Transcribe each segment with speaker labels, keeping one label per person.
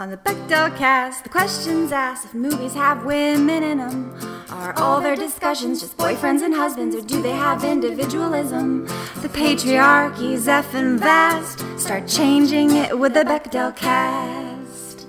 Speaker 1: On the Bechdel cast, the questions asked if movies have women in them. Are all their discussions just boyfriends and husbands, or do they have individualism? The patriarchy's effing vast. Start changing it with the Bechdel cast.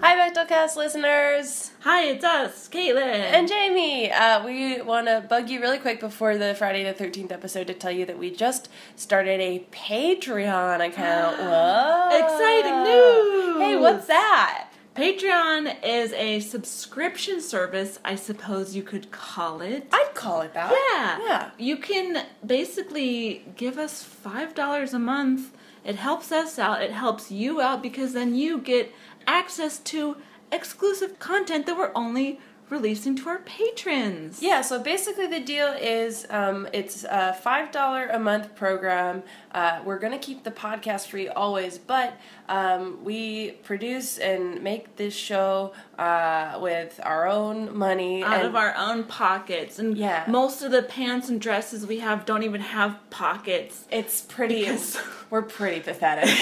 Speaker 2: Hi, Bechtelcast listeners
Speaker 3: Hi, it's us, Caitlin.
Speaker 2: and Jamie. Uh, we want to bug you really quick before the Friday the 13th episode to tell you that we just started a Patreon account. Whoa!
Speaker 3: Exciting news!
Speaker 2: Hey, what's that?
Speaker 3: Patreon is a subscription service, I suppose you could call it.
Speaker 2: I'd call it that.
Speaker 3: yeah.
Speaker 2: Yeah.
Speaker 3: You can basically give us $5 a month. It helps us out, it helps you out because then you get access to exclusive content that we're only releasing to our patrons.
Speaker 2: Yeah, so basically the deal is um, it's a five dollar a month program. Uh, we're gonna keep the podcast free always, but um, we produce and make this show uh, with our own money
Speaker 3: out
Speaker 2: and-
Speaker 3: of our own pockets. And
Speaker 2: Yeah.
Speaker 3: most of the pants and dresses we have don't even have pockets.
Speaker 2: It's pretty.
Speaker 3: Because-
Speaker 2: We're pretty pathetic,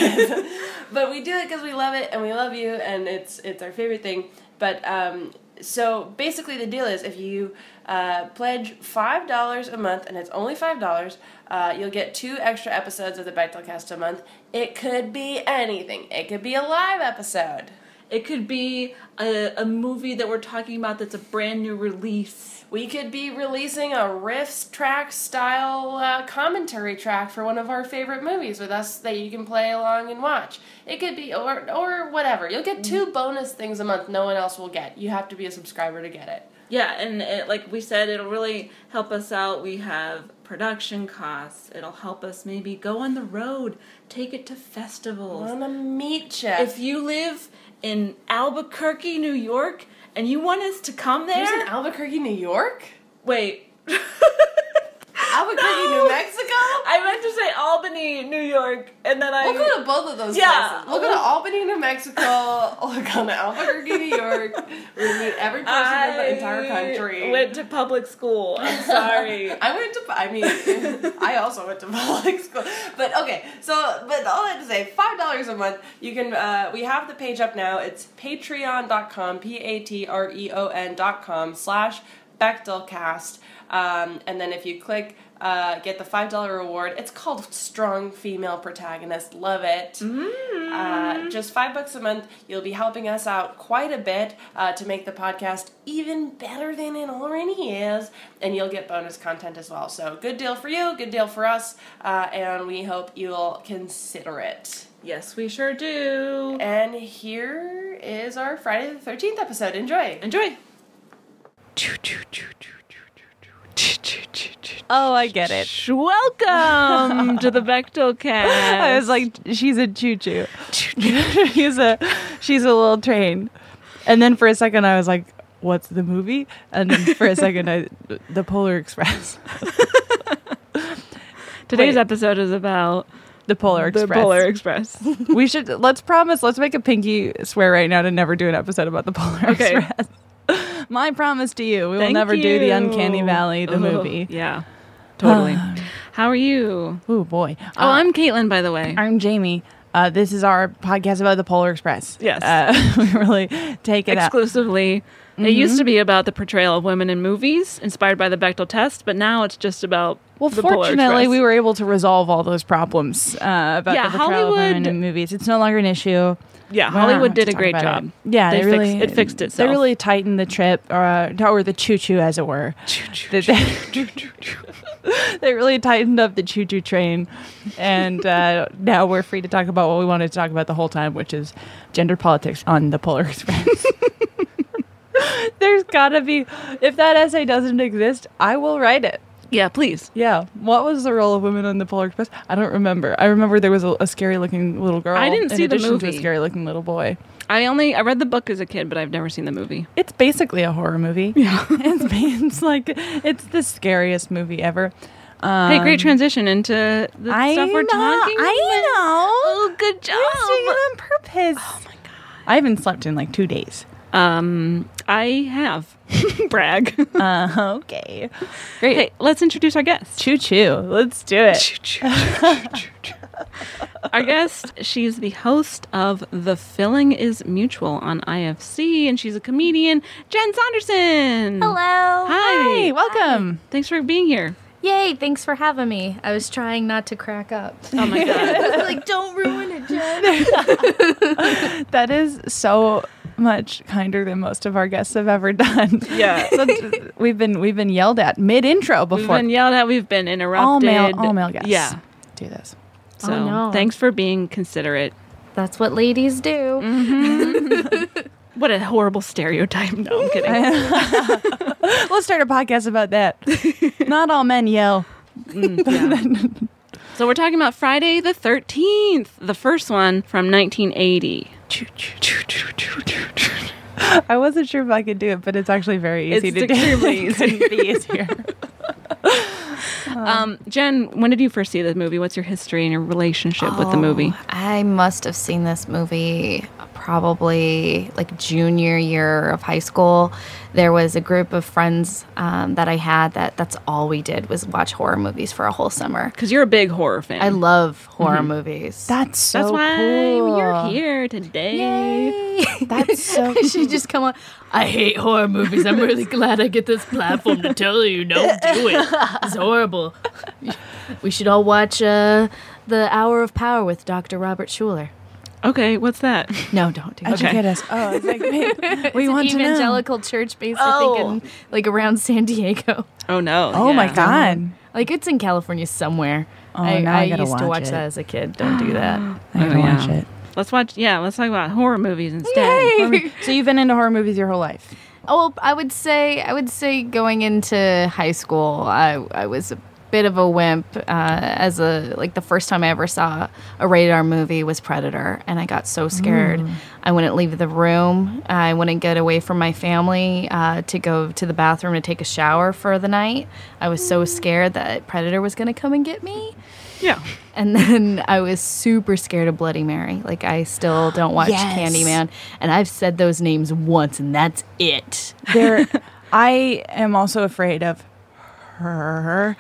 Speaker 2: but we do it because we love it and we love you, and it's it's our favorite thing. But um, so basically, the deal is if you uh, pledge five dollars a month, and it's only five dollars, uh, you'll get two extra episodes of the Bechtelcast a month. It could be anything. It could be a live episode.
Speaker 3: It could be a, a movie that we're talking about that's a brand new release.
Speaker 2: We could be releasing a riffs track style uh, commentary track for one of our favorite movies with us that you can play along and watch. It could be or or whatever. You'll get two bonus things a month no one else will get. You have to be a subscriber to get it.
Speaker 3: Yeah, and it, like we said, it'll really help us out. We have production costs. It'll help us maybe go on the road, take it to festivals.
Speaker 2: I want to meet you.
Speaker 3: If you live in Albuquerque, New York, and you want us to come
Speaker 2: There's
Speaker 3: there,
Speaker 2: in Albuquerque, New York?
Speaker 3: wait.
Speaker 2: Albuquerque,
Speaker 3: No!
Speaker 2: New Mexico?
Speaker 3: I meant to say Albany, New York, and then I.
Speaker 2: We'll go to both of those
Speaker 3: Yeah.
Speaker 2: places. We'll go to Albany, New Mexico. We'll go to Albuquerque, New York. We'll meet every person in the entire
Speaker 3: I
Speaker 2: country.
Speaker 3: Went to public school. I'm sorry.
Speaker 2: I went to. I mean, I also went to public school. But okay, so but all that to say, five dollars a month. You can. Uh, we have the page up now. It's Patreon.com. P A T R E O N dot com slash Bechtelcast. Um, and then if you click. Uh, get the five dollar reward. It's called Strong Female Protagonist. Love it. Uh, just five bucks a month. You'll be helping us out quite a bit uh, to make the podcast even better than it already is, and you'll get bonus content as well. So, good deal for you, good deal for us, uh, and we hope you'll consider it.
Speaker 3: yes, we sure do.
Speaker 2: And here is our Friday the 13th episode. Enjoy!
Speaker 3: Enjoy.
Speaker 4: Oh, I get it.
Speaker 3: Welcome to the Bechtel cast.
Speaker 4: I was like, she's a choo choo. she's a she's a little train. And then for a second, I was like, what's the movie? And then for a second, I the Polar Express.
Speaker 3: Today's
Speaker 4: Wait.
Speaker 3: episode is about The Polar
Speaker 1: The
Speaker 3: Express.
Speaker 1: Polar Express.
Speaker 3: we should let's promise. Let's make a pinky swear right now to never do an episode about the Polar
Speaker 1: Okay.
Speaker 3: Express. My promise to you, we will
Speaker 1: Thank
Speaker 3: never do the
Speaker 1: you.
Speaker 3: Uncanny Valley, the
Speaker 1: Ugh,
Speaker 3: movie.
Speaker 1: Yeah, totally. How are you?
Speaker 3: Oh boy.
Speaker 1: Oh, I'm Caitlin, by the way.
Speaker 3: I'm Jamie. Uh, this is our podcast about the Polar Express.
Speaker 1: Yes.
Speaker 3: Uh, we really take it out.
Speaker 1: Exclusively. It used
Speaker 3: Mm-hmm.
Speaker 1: to be about the portrayal of women in movies, inspired by the Bechtel test, but now it's just about
Speaker 3: Well,
Speaker 1: the Polar
Speaker 3: fortunately,
Speaker 1: Express.
Speaker 3: we were able to resolve all those problems uh, about
Speaker 1: Yeah,
Speaker 3: the portrayal of women
Speaker 1: Hollywood-
Speaker 3: in movies. It's no longer an issue.
Speaker 1: Yeah,
Speaker 3: We don't have
Speaker 1: Hollywood did
Speaker 3: to
Speaker 1: a
Speaker 3: talk
Speaker 1: great
Speaker 3: about it.
Speaker 1: job.
Speaker 3: Yeah,
Speaker 1: they
Speaker 3: they really
Speaker 1: fixed, it fixed itself.
Speaker 3: They really tightened the trip, uh, or the choo-choo, as it were. They- they really tightened up the choo-choo train, and uh, now we're free to talk about what we wanted to talk about the whole time, which is gender politics on the Polar Express. There's gotta be. If that essay doesn't exist, I will write it.
Speaker 1: yeah, please.
Speaker 3: Yeah. What was the role of women on the Polar Express? I don't remember. I remember there was a, a scary-looking little girl.
Speaker 1: I didn't
Speaker 3: in
Speaker 1: see the
Speaker 3: addition To a
Speaker 1: movie.
Speaker 3: scary-looking little boy.
Speaker 1: I only I read the book as a kid, but I've never seen the movie.
Speaker 3: It's basically a horror movie. Yeah. it's, it's like it's the scariest movie ever. Um,
Speaker 1: hey, great transition into the
Speaker 3: I
Speaker 1: stuff we're
Speaker 3: know,
Speaker 1: talking.
Speaker 3: I
Speaker 1: about.
Speaker 3: know.
Speaker 1: Oh, good job.
Speaker 3: I was doing it on purpose. Oh my god. I haven't slept in like two days.
Speaker 1: Um, I have brag.
Speaker 3: Uh, okay. Great.
Speaker 1: hey, let's introduce our guest.
Speaker 3: Choo choo. Let's do it.
Speaker 1: Our guest, she's the host of The Filling is Mutual on IFC, and she's a comedian, Jen Saunderson.
Speaker 5: Hello.
Speaker 1: Hi.
Speaker 3: Hey, welcome.
Speaker 1: Thanks for being here.
Speaker 5: Yay, thanks for having me. I was trying not to crack up.
Speaker 1: Oh my god.
Speaker 5: like, don't ruin it, Jen.
Speaker 3: That is so much kinder than most of our guests have ever done.
Speaker 1: Yeah.
Speaker 3: So th- we've been we've been yelled at mid intro
Speaker 1: We've
Speaker 3: before.
Speaker 1: been yelled at, we've been interrupted.
Speaker 3: all male all male guests.
Speaker 1: Yeah.
Speaker 3: Do this.
Speaker 1: So
Speaker 5: Oh, no.
Speaker 1: thanks for being considerate. Mm-hmm.
Speaker 5: That's what ladies do.
Speaker 1: What a horrible stereotype. No, I'm kidding.
Speaker 3: Let's start a podcast about that. Not all men yell.
Speaker 1: Mm, so we're talking about Friday the 13th, the first one from 1980.
Speaker 3: I wasn't sure if I could do it, but it's actually very easy
Speaker 1: It's
Speaker 3: to
Speaker 1: extremely
Speaker 3: do.
Speaker 1: easy.
Speaker 3: Couldn't be easier.
Speaker 1: Um, Jen, when did you first see the movie? What's your history and your relationship with the
Speaker 3: Oh.
Speaker 1: movie?
Speaker 5: I must have seen this movie probably like junior year of high school. There was a group of friends um, that I had that that's all we did was watch horror movies for a whole summer.
Speaker 1: Because you're a big horror fan.
Speaker 5: I love horror movies.
Speaker 3: That's so
Speaker 1: That's why you're
Speaker 3: cool.
Speaker 1: here today.
Speaker 5: That's so. she just come on. I hate horror movies. I'm really glad I get this platform to tell you don't do it. It's horrible. We should all watch uh, the Hour of Power with Dr. Robert Schuller.
Speaker 1: Okay, what's that?
Speaker 5: No, don't do it.
Speaker 3: Educate us. Oh, I was like, wait, we want to know.
Speaker 5: evangelical church based, I think, in, like around San Diego.
Speaker 1: Oh no.
Speaker 3: Oh my
Speaker 1: yeah.
Speaker 3: god.
Speaker 5: Like it's in California somewhere.
Speaker 3: Oh,
Speaker 5: I,
Speaker 3: now I
Speaker 5: used
Speaker 3: gotta
Speaker 5: to
Speaker 3: watch
Speaker 5: watch
Speaker 3: it.
Speaker 5: that as a kid. Don't do that.
Speaker 3: I gotta
Speaker 1: Oh, yeah.
Speaker 3: watch it.
Speaker 1: Let's watch. Yeah, let's talk about horror movies instead.
Speaker 3: So you've been into horror movies your whole life.
Speaker 5: Oh, well, I would say I would say going into high school, I I was a bit of a wimp. Uh, as a like the first time I ever saw a rated R movie was Predator, and I got so scared. I wouldn't leave the room. I wouldn't get away from my family uh, to go to the bathroom to take a shower for the night. I was so scared that Predator was going to come and get me.
Speaker 1: Yeah.
Speaker 5: And then I was super scared of Bloody Mary. Like I still don't watch Candyman, and I've said those names once, and that's it.
Speaker 3: There, I am also afraid of her.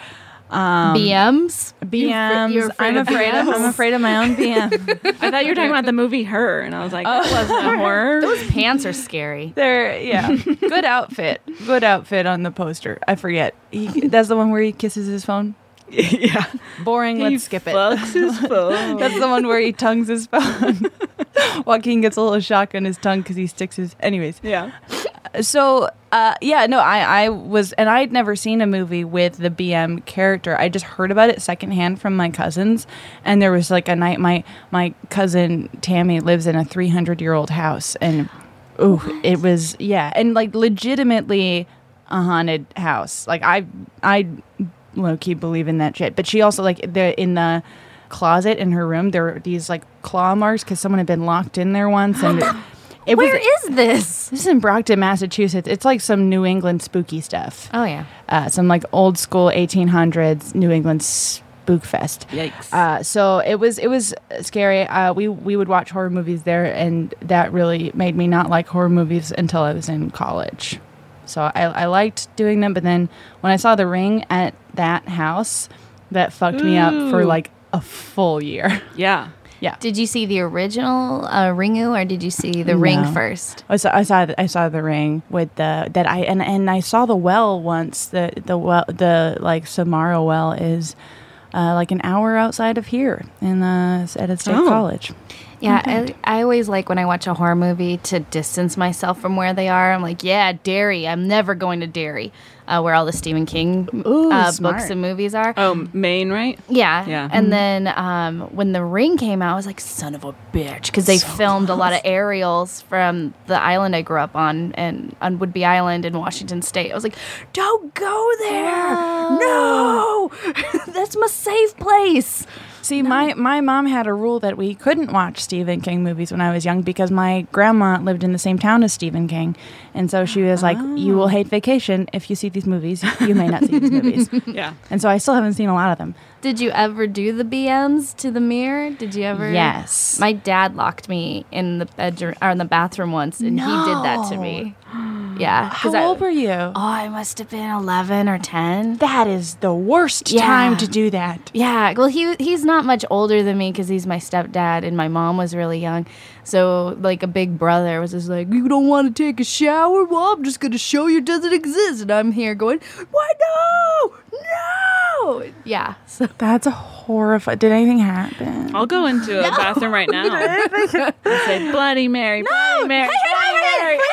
Speaker 5: BMs.
Speaker 3: BMs.
Speaker 5: you're afraid
Speaker 3: I'm
Speaker 5: of
Speaker 3: afraid of. I'm
Speaker 5: BMs?
Speaker 3: afraid of my own BM.
Speaker 1: I thought you were talking about the movie Her, and I was like, that wasn't a horror.
Speaker 5: Pants are scary.
Speaker 3: There, yeah. Good outfit. Good outfit on the poster. I forget. He, that's the one where he kisses his phone.
Speaker 1: yeah.
Speaker 3: Boring.
Speaker 1: He
Speaker 3: Let's skip it.
Speaker 1: Fucks his phone.
Speaker 3: That's the one where he tongues his phone. Joaquin gets a little shock on his tongue because he sticks his. Anyways,
Speaker 1: yeah.
Speaker 3: so uh, yeah, no, I I was and I had never seen a movie with the BM character. I just heard about it secondhand from my cousins, and there was like a night my my cousin Tammy lives in a three hundred year old house, and ooh, it was yeah, and like legitimately
Speaker 1: Uh-huh.
Speaker 3: a haunted house. Like I I low key believe in that shit, but she also like the in the closet in her room there were these like claw marks because someone had been locked in there once and. It
Speaker 5: Where
Speaker 3: was,
Speaker 5: is this?
Speaker 3: this is in Brockton, Massachusetts. It's like some New England spooky stuff.
Speaker 5: Oh yeah.
Speaker 3: Uh, some like old school 1800s New England s- Spookfest.
Speaker 1: Yikes.
Speaker 3: Uh, so it was it was scary. Uh, we we would watch horror movies there, and that really made me not like horror movies until I was in college. So I, I liked doing them, but then when I saw The Ring at that house, that fucked me up for
Speaker 6: Ooh.
Speaker 3: like a full year.
Speaker 1: Yeah.
Speaker 3: Yeah.
Speaker 6: Did you see the original uh, Ringu or did you see the ring
Speaker 3: No.
Speaker 6: first?
Speaker 3: I saw, I saw I saw the ring with the that I and and I saw the well once the the well the like Samara well is uh, like an hour outside of here in uh, at a state
Speaker 6: Oh.
Speaker 3: college.
Speaker 6: Yeah,
Speaker 3: Okay.
Speaker 6: I, I always like when I watch a horror movie to distance myself from where they are. I'm like, yeah, Derry. I'm never going to Derry, uh, where all the Stephen King
Speaker 1: Ooh,
Speaker 6: uh,
Speaker 1: smart.
Speaker 6: books and movies are.
Speaker 1: Oh, Maine, right?
Speaker 6: Yeah.
Speaker 1: Yeah.
Speaker 3: Mm-hmm.
Speaker 6: And then um, when The Ring came out, I was like, son of a bitch. Because they filmed a lot of aerials from the island I grew up on, and on Woodby Island in Washington State. I was like, don't go there. No. That's my safe place.
Speaker 3: See, my, my mom had a rule that we couldn't watch Stephen King movies when I was young because my grandma lived in the same town as Stephen King. And so she was like, You will hate vacation if you see these movies. You may not see these movies.
Speaker 1: Yeah.
Speaker 3: And so I still haven't seen a lot of them.
Speaker 6: Did you ever do the BMs to the mirror? Did you ever?
Speaker 3: Yes.
Speaker 6: My dad locked me in the bedroom or in the bathroom once, and he did that to me. Yeah. 'cause I-
Speaker 3: How old were you? Oh,
Speaker 6: I must have been 11 or 10.
Speaker 3: That is the worst
Speaker 6: Yeah.
Speaker 3: time to do that.
Speaker 6: Yeah, well, he he's not much older than me because he's my stepdad, and my mom was really young. So, like, a big brother was just like, "You don't want to take a shower? Well, I'm just gonna show you it doesn't exist." And I'm here going, "Why no, Oh, no?" Yeah, so
Speaker 3: that's a horrifying. Did anything happen?
Speaker 1: I'll go into a bathroom right now and say Bloody Mary, Bloody Mary, Bloody Mary.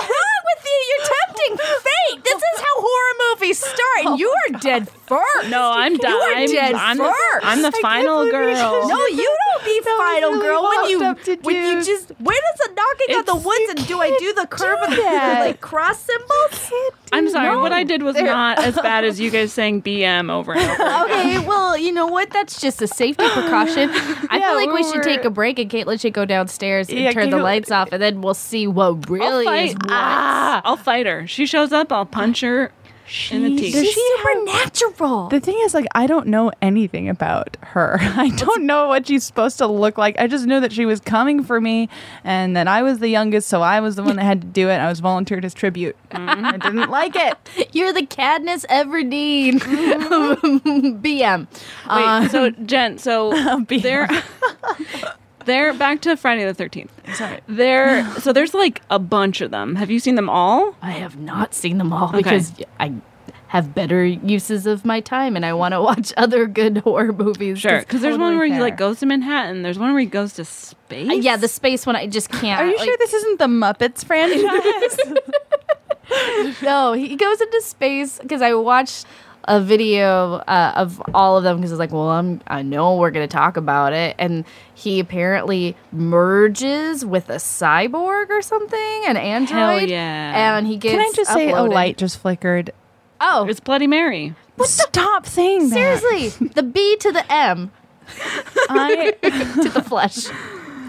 Speaker 6: with you? You're tempting fate. This is how horror movies start, and you are dead first.
Speaker 1: Oh No, I'm done. I'm, I'm the, I'm the final girl.
Speaker 6: No, you don't be final
Speaker 1: really
Speaker 6: girl when you
Speaker 1: walked up to
Speaker 6: when you
Speaker 1: do.
Speaker 6: just when is the knocking on the woods and do I do the curve of the
Speaker 1: that.
Speaker 6: like cross symbols?
Speaker 1: I'm sorry.
Speaker 6: Mm, No,
Speaker 1: what I did was
Speaker 6: they're-
Speaker 1: not as bad as you guys saying BM over and over.
Speaker 6: okay, well, you know what? That's just a safety precaution. I
Speaker 1: Yeah,
Speaker 6: feel like we
Speaker 1: we
Speaker 6: should take a break and Caitlin should go downstairs and
Speaker 1: Yeah,
Speaker 6: turn the
Speaker 1: Caitlin-
Speaker 6: lights off, and then we'll see what really is
Speaker 1: fight.
Speaker 6: what.
Speaker 1: Ah, I'll fight her. She shows up. I'll punch her in the teeth.
Speaker 6: supernatural.
Speaker 3: The thing is, like, I don't know anything about her. I don't know what she's supposed to look like. I just knew that she was coming for me and that I was the youngest, so I was the one that had to do it. I was volunteered as tribute. I didn't like it.
Speaker 6: You're the Cadness Everdeen BM.
Speaker 1: Wait,
Speaker 3: Uh,
Speaker 1: so Jen, so they're they're back to Friday the Thirteenth.
Speaker 3: Sorry,
Speaker 1: there. So there's like a bunch of them. Have you seen them all?
Speaker 6: I have not seen them all because I have better uses of my time and I want to watch other good horror movies.
Speaker 1: Sure, because there's one where
Speaker 6: you
Speaker 1: he like goes to Manhattan. There's one where he goes to space.
Speaker 6: yeah, the space one I just can't.
Speaker 3: Uh, Are you
Speaker 6: like-
Speaker 3: sure this isn't the Muppets franchise?
Speaker 6: no, he goes into space because I watched a video uh, of all of them because it's like, well, I'm I know we're gonna talk about it, and he apparently merges with a cyborg or something, an android.
Speaker 1: yeah.
Speaker 6: And he gets.
Speaker 3: Can I just say a
Speaker 6: uploaded.
Speaker 3: light just flickered?
Speaker 6: Oh,
Speaker 1: it's Bloody Mary.
Speaker 3: Stop saying that.
Speaker 6: seriously, the B to the M
Speaker 3: I,
Speaker 6: to the flesh.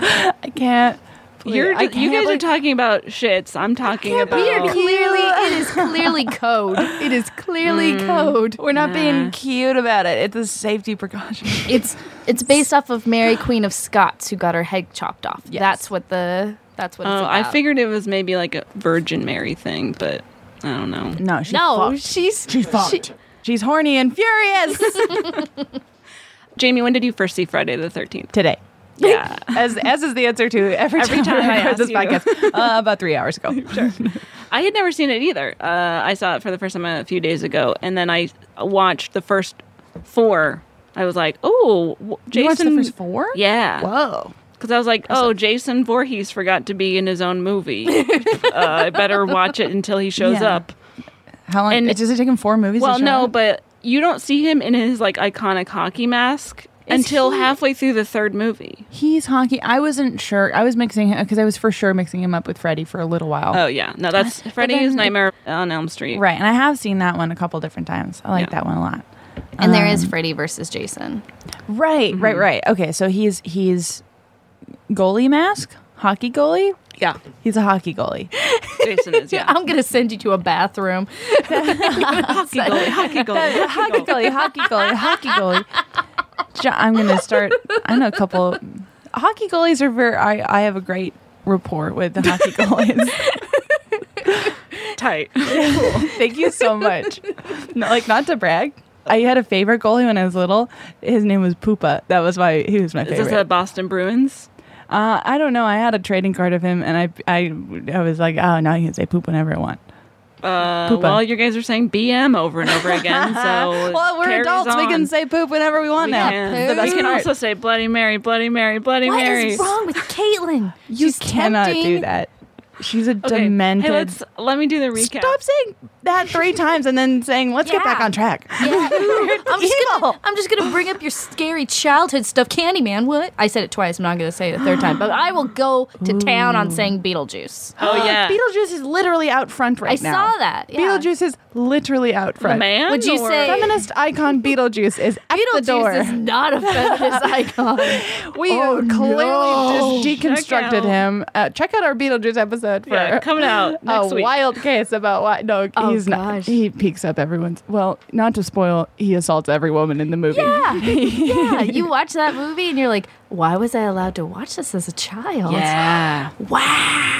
Speaker 3: I can't. believe-
Speaker 1: You're,
Speaker 3: I
Speaker 1: you
Speaker 3: can't
Speaker 1: guys are
Speaker 3: believe-
Speaker 1: talking about shits. I'm talking about.
Speaker 6: We are clearly. It is clearly code. It is clearly code.
Speaker 3: We're not being cute about it. It's a safety precaution.
Speaker 6: It's it's based off of Mary Queen of Scots who got her head chopped off. That's what the that's what it's
Speaker 1: Oh,
Speaker 6: about.
Speaker 1: I figured it was maybe like a Virgin Mary thing, but I don't know.
Speaker 3: No, she's
Speaker 6: No,
Speaker 3: fucked.
Speaker 6: she's
Speaker 3: she's fucked. she's horny and furious
Speaker 1: Jamie, when did you first see Friday the Thirteenth?
Speaker 3: today.
Speaker 1: Yeah,
Speaker 3: As as is the answer to every,
Speaker 1: Every
Speaker 3: time,
Speaker 1: time I
Speaker 3: I record
Speaker 1: ask
Speaker 3: this
Speaker 1: you.
Speaker 3: podcast uh, about three hours ago. Sure.
Speaker 1: I had never seen it either. Uh, I saw it for the first time a few days ago, and then I watched the first four. I was like, "Oh, w- Jason!"
Speaker 3: You watched the first four?
Speaker 1: Yeah,
Speaker 3: Whoa.
Speaker 1: because I was like, "Oh, Jason Voorhees forgot to be in his own movie. uh, I better watch it until he shows
Speaker 3: Yeah.
Speaker 1: up."
Speaker 3: How long?
Speaker 1: And-
Speaker 3: does it take him four movies? to
Speaker 1: well,
Speaker 3: show
Speaker 1: no,
Speaker 3: up?
Speaker 1: but you don't see him in his like iconic hockey mask until halfway through the third movie.
Speaker 3: he's honky. I wasn't sure. I was mixing him because I was for sure mixing him up with Freddy for a little while.
Speaker 1: Oh yeah, no, that's Freddy's
Speaker 3: then-
Speaker 1: Nightmare on Elm Street.
Speaker 3: Right, and I have seen that one a couple different times. I like
Speaker 1: Yeah.
Speaker 3: that one a lot. Um,
Speaker 6: and there is Freddy versus Jason.
Speaker 3: Right,
Speaker 1: Mhm.
Speaker 3: right, right. Okay, so he's he's goalie mask, hockey goalie.
Speaker 1: Yeah.
Speaker 3: He's a hockey goalie.
Speaker 1: Jason is, yeah.
Speaker 5: I'm gonna send you to a bathroom.
Speaker 1: hockey goalie, hockey goalie,
Speaker 6: hockey goalie, hockey goalie, hockey goalie. Jo- I'm gonna start. I know a couple. Hockey goalies are very. I I have a great rapport with the hockey goalies.
Speaker 1: Tight.
Speaker 6: Thank you so much. No, like not to brag. I had a favorite goalie when I was little. His name was Poopa. That was why he was my
Speaker 1: Is this
Speaker 6: favorite.
Speaker 1: the Boston Bruins?
Speaker 6: uh, I don't know. I had a trading card of him, and I I, I was like, oh, now I can say poop whenever I want.
Speaker 1: Uh,
Speaker 6: Poopa.
Speaker 1: well, you guys are saying BM over and over again. So
Speaker 6: well, we're
Speaker 1: carries
Speaker 6: adults. We
Speaker 1: on.
Speaker 6: can say poop whenever we want
Speaker 1: We
Speaker 6: now.
Speaker 1: can.
Speaker 6: It's the best
Speaker 1: We can
Speaker 6: part.
Speaker 1: also say Bloody Mary, Bloody Mary, Bloody
Speaker 5: What
Speaker 1: Mary.
Speaker 5: is wrong with Caitlin?
Speaker 6: You
Speaker 5: She's
Speaker 6: cannot do
Speaker 5: tempting.
Speaker 6: that. She's a
Speaker 1: Okay.
Speaker 6: demented.
Speaker 1: Hey, let's let me do the recap.
Speaker 6: Stop saying that three times and then saying, let's get
Speaker 5: Yeah.
Speaker 6: back on track.
Speaker 5: Yeah. I'm just gonna I'm just gonna bring up your scary childhood stuff, Candyman. What? I said it twice. I'm not gonna say it a third time, but I will go to town on saying Beetlejuice.
Speaker 1: Oh yeah,
Speaker 6: Beetlejuice is literally out front
Speaker 5: I
Speaker 6: right now.
Speaker 5: saw that. Yeah.
Speaker 6: Beetlejuice is literally out
Speaker 1: the
Speaker 6: front.
Speaker 1: man.
Speaker 5: Would you
Speaker 1: or-
Speaker 5: say-
Speaker 6: Feminist icon Beetlejuice is at the door.
Speaker 5: Beetlejuice is not a feminist icon.
Speaker 6: we
Speaker 5: Oh,
Speaker 6: clearly
Speaker 5: no.
Speaker 6: just
Speaker 1: Check out.
Speaker 6: deconstructed him. Uh, check out our Beetlejuice episode for
Speaker 1: Yeah, coming out
Speaker 6: a
Speaker 1: next week.
Speaker 6: wild case about why. No,
Speaker 5: Oh,
Speaker 6: he's not.
Speaker 5: gosh.
Speaker 6: He peeks up everyone's. Well, not to spoil, he assaults every woman in the movie.
Speaker 5: Yeah, yeah. You watch that movie and you're like, why was I allowed to watch this as a child?
Speaker 1: Yeah.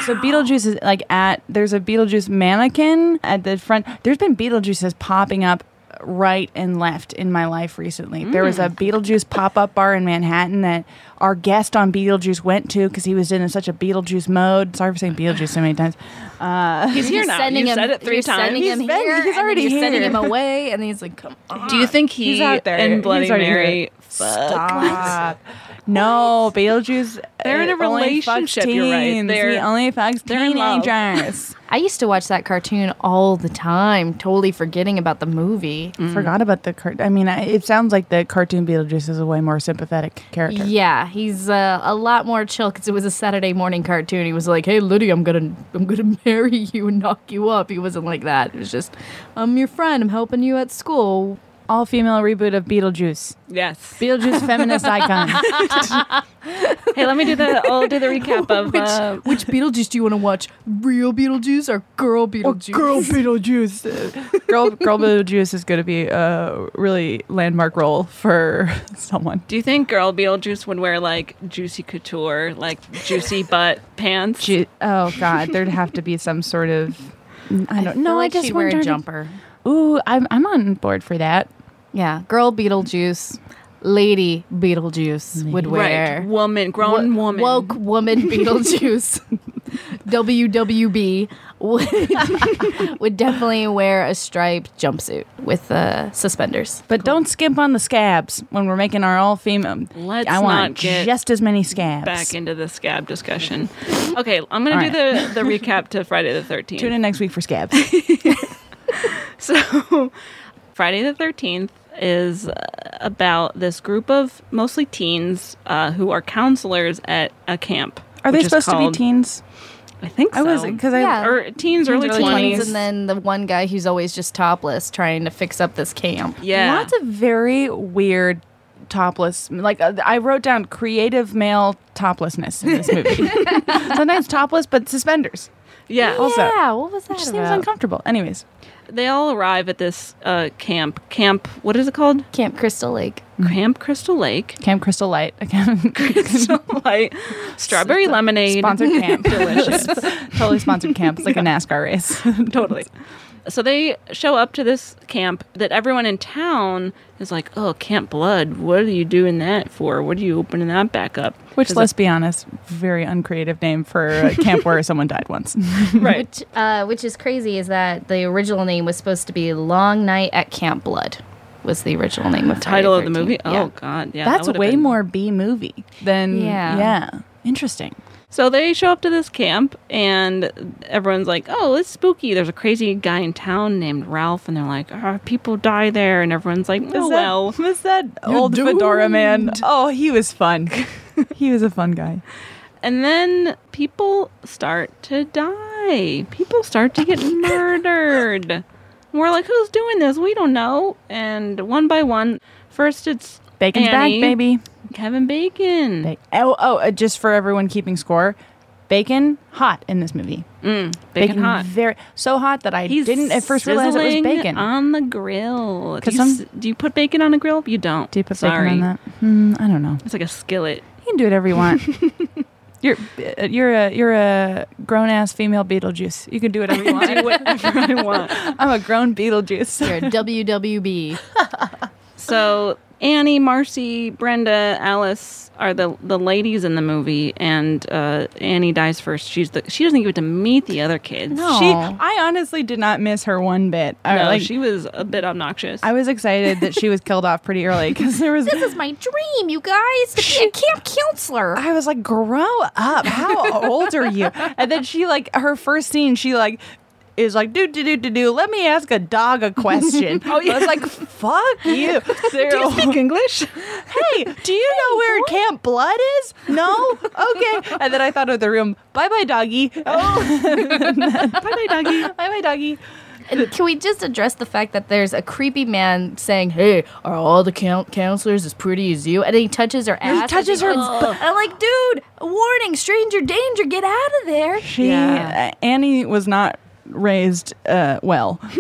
Speaker 6: So Beetlejuice is like at there's a Beetlejuice mannequin at the front. There's been Beetlejuices popping up right and left in my life recently. There was a Beetlejuice pop-up bar in Manhattan that our guest on Beetlejuice went to because he was in such a Beetlejuice mode. Sorry for saying Beetlejuice so many times.
Speaker 1: He's here
Speaker 5: You're
Speaker 1: now.
Speaker 5: sending
Speaker 1: You
Speaker 5: him,
Speaker 1: said it three
Speaker 5: you're
Speaker 1: times.
Speaker 5: Sending him
Speaker 6: He's been-
Speaker 5: here,
Speaker 6: he's
Speaker 5: and then
Speaker 6: already
Speaker 5: you're sending
Speaker 6: here.
Speaker 5: him away, and then he's like, "Come on."
Speaker 1: Do you think he
Speaker 6: He's out there.
Speaker 1: and Bloody
Speaker 6: He's already here.
Speaker 1: Mary?
Speaker 6: Stop. No, Beetlejuice.
Speaker 1: They're in a
Speaker 6: uh, only fucks
Speaker 1: relationship, you're right.
Speaker 6: teens.
Speaker 1: They're-
Speaker 6: he only fucks
Speaker 1: they're in love.
Speaker 6: teenagers.
Speaker 5: I used to watch that cartoon all the time, totally forgetting about the movie.
Speaker 6: Forgot about the cart. I mean, I, it sounds like the cartoon Beetlejuice is a way more sympathetic character.
Speaker 5: Yeah, he's uh, a lot more chill because it was a Saturday morning cartoon. He was like, "Hey, Liddy, I'm gonna, I'm gonna marry you and knock you up." He wasn't like that. It was just, "I'm your friend. I'm helping you at school."
Speaker 6: All female reboot of Beetlejuice.
Speaker 1: Yes.
Speaker 6: Beetlejuice feminist icon.
Speaker 1: hey, let me do the. I'll do the recap of. Uh,
Speaker 5: Which Beetlejuice do you want to watch? Real Beetlejuice or girl Beetlejuice?
Speaker 6: Beetlejuice. girl, girl Beetlejuice is going to be a really landmark role for someone.
Speaker 1: do you think girl Beetlejuice would wear like juicy couture, like juicy butt pants?
Speaker 6: Ju- oh God, there'd have to be some sort of. I don't know.
Speaker 5: feel
Speaker 6: I,
Speaker 5: like
Speaker 6: just
Speaker 5: she'd
Speaker 6: want
Speaker 5: wear a
Speaker 6: her to-
Speaker 5: jumper.
Speaker 6: Ooh, I'm I'm on board for that.
Speaker 5: Yeah, girl Beetlejuice, lady Beetlejuice would wear.
Speaker 1: Right. Woman, grown
Speaker 5: Wo-
Speaker 1: woman.
Speaker 5: Woke woman Beetlejuice. WWB would, would definitely wear a striped jumpsuit with uh, suspenders.
Speaker 6: But don't skimp on the scabs when we're making our all female.
Speaker 1: Let's
Speaker 6: I want
Speaker 1: not get
Speaker 6: just as many scabs.
Speaker 1: Back into the scab discussion. Okay, I'm gonna
Speaker 6: All
Speaker 1: do the the recap to Friday the 13th.
Speaker 6: Tune in next week for scabs.
Speaker 1: So, Friday the 13th is uh, about this group of mostly teens uh, who are counselors at a camp.
Speaker 6: Are they
Speaker 1: which is
Speaker 6: supposed
Speaker 1: called-
Speaker 6: to be teens?
Speaker 1: I think so.
Speaker 6: I was because I
Speaker 5: Yeah.
Speaker 1: or teens, early,
Speaker 6: early
Speaker 1: 20s.
Speaker 6: 20s.
Speaker 5: And then the one guy who's always just topless trying to fix up this camp.
Speaker 1: yeah.
Speaker 6: Lots of very weird topless. Like uh, I wrote down creative male toplessness in this movie. Sometimes topless, but suspenders.
Speaker 1: yeah.
Speaker 6: Also,
Speaker 5: yeah, what was that?
Speaker 6: which seems
Speaker 5: about?
Speaker 6: uncomfortable. Anyways,
Speaker 1: They all arrive at this uh, camp. Camp, what is it called?
Speaker 5: Camp Crystal Lake.
Speaker 1: Camp Crystal Lake.
Speaker 6: Mm-hmm. Camp Crystal Light again.
Speaker 1: Crystal Light. Strawberry lemonade.
Speaker 6: sponsored camp.
Speaker 1: Delicious.
Speaker 6: totally sponsored camp. It's like a NASCAR race.
Speaker 1: totally. So they show up to this camp that everyone in town is like, "Oh, Camp Blood! What are you doing that for? What are you opening that back up?"
Speaker 6: Which,
Speaker 1: 'Cause
Speaker 6: let's be honest, very uncreative name for a camp where someone died once.
Speaker 1: right.
Speaker 5: Which, uh, which is crazy is that the original name was supposed to be Long Night at Camp Blood was the original name of Friday
Speaker 1: Title of the
Speaker 5: 13th.
Speaker 1: movie?
Speaker 5: Yeah.
Speaker 1: Oh God, yeah, that
Speaker 6: That's
Speaker 1: would've
Speaker 6: way
Speaker 1: been-
Speaker 6: more B movie than
Speaker 5: Yeah.
Speaker 6: yeah. Interesting.
Speaker 1: So they show up to this camp, and everyone's like, "Oh, it's spooky." There's a crazy guy in town named Ralph, and they're like, oh, "People die there," and everyone's like, "Oh well."
Speaker 6: was that old fedora man? Oh, he was fun. he was a fun guy.
Speaker 1: And then people start to die. People start to get murdered. And We're like, who's doing this? We don't know. And one by one, first it's
Speaker 6: Bacon's
Speaker 1: Annie,
Speaker 6: back, baby.
Speaker 1: Kevin Bacon.
Speaker 6: Ba- oh, oh, uh, just for everyone keeping score,
Speaker 2: bacon hot in this movie.
Speaker 3: Mm, bacon hot.
Speaker 2: very so hot that I didn't at first realize it was
Speaker 3: sizzling
Speaker 2: bacon.
Speaker 3: on the grill. Do
Speaker 2: 'Cause
Speaker 3: you,
Speaker 2: some-
Speaker 3: s- do you put bacon on a grill? You don't. Do you
Speaker 2: Put
Speaker 3: Sorry.
Speaker 2: bacon on that. Hmm, I don't know.
Speaker 3: It's like a skillet.
Speaker 2: You can do whatever you want. you're uh, you're a you're a grown ass female Beetlejuice. You can do whatever you want.
Speaker 3: do whatever I want.
Speaker 2: I'm a grown Beetlejuice.
Speaker 6: You're a WWB.
Speaker 3: So Annie, Marcy, Brenda, Alice are the the ladies in the movie, and uh, Annie dies first. She's the she doesn't get to meet the other kids.
Speaker 6: No.
Speaker 2: She, I honestly did not miss her one bit. I,
Speaker 3: No,
Speaker 2: like,
Speaker 3: she was a bit obnoxious.
Speaker 2: I was excited that she was killed off pretty early because there was.
Speaker 6: this is my dream, you guys, to be a camp counselor.
Speaker 2: I was like, grow up. How old are you? And then she like her first scene, she like is like, do do do do do. Let me ask a dog a question. oh yeah. I was like, fuck you.
Speaker 3: do you speak English?
Speaker 2: hey, do you know where Camp Blood is? No? Okay. And then I thought of the room, bye bye doggy. Oh
Speaker 3: Bye bye, doggy.
Speaker 2: bye bye doggy.
Speaker 6: And can we just address the fact that there's a creepy man saying, "Hey, are all the count counselors as pretty as you?" And he touches her ass.
Speaker 2: he touches her
Speaker 6: butt. I'm like, dude, warning, stranger danger, get out of there.
Speaker 2: She uh, Annie was not raised uh, well.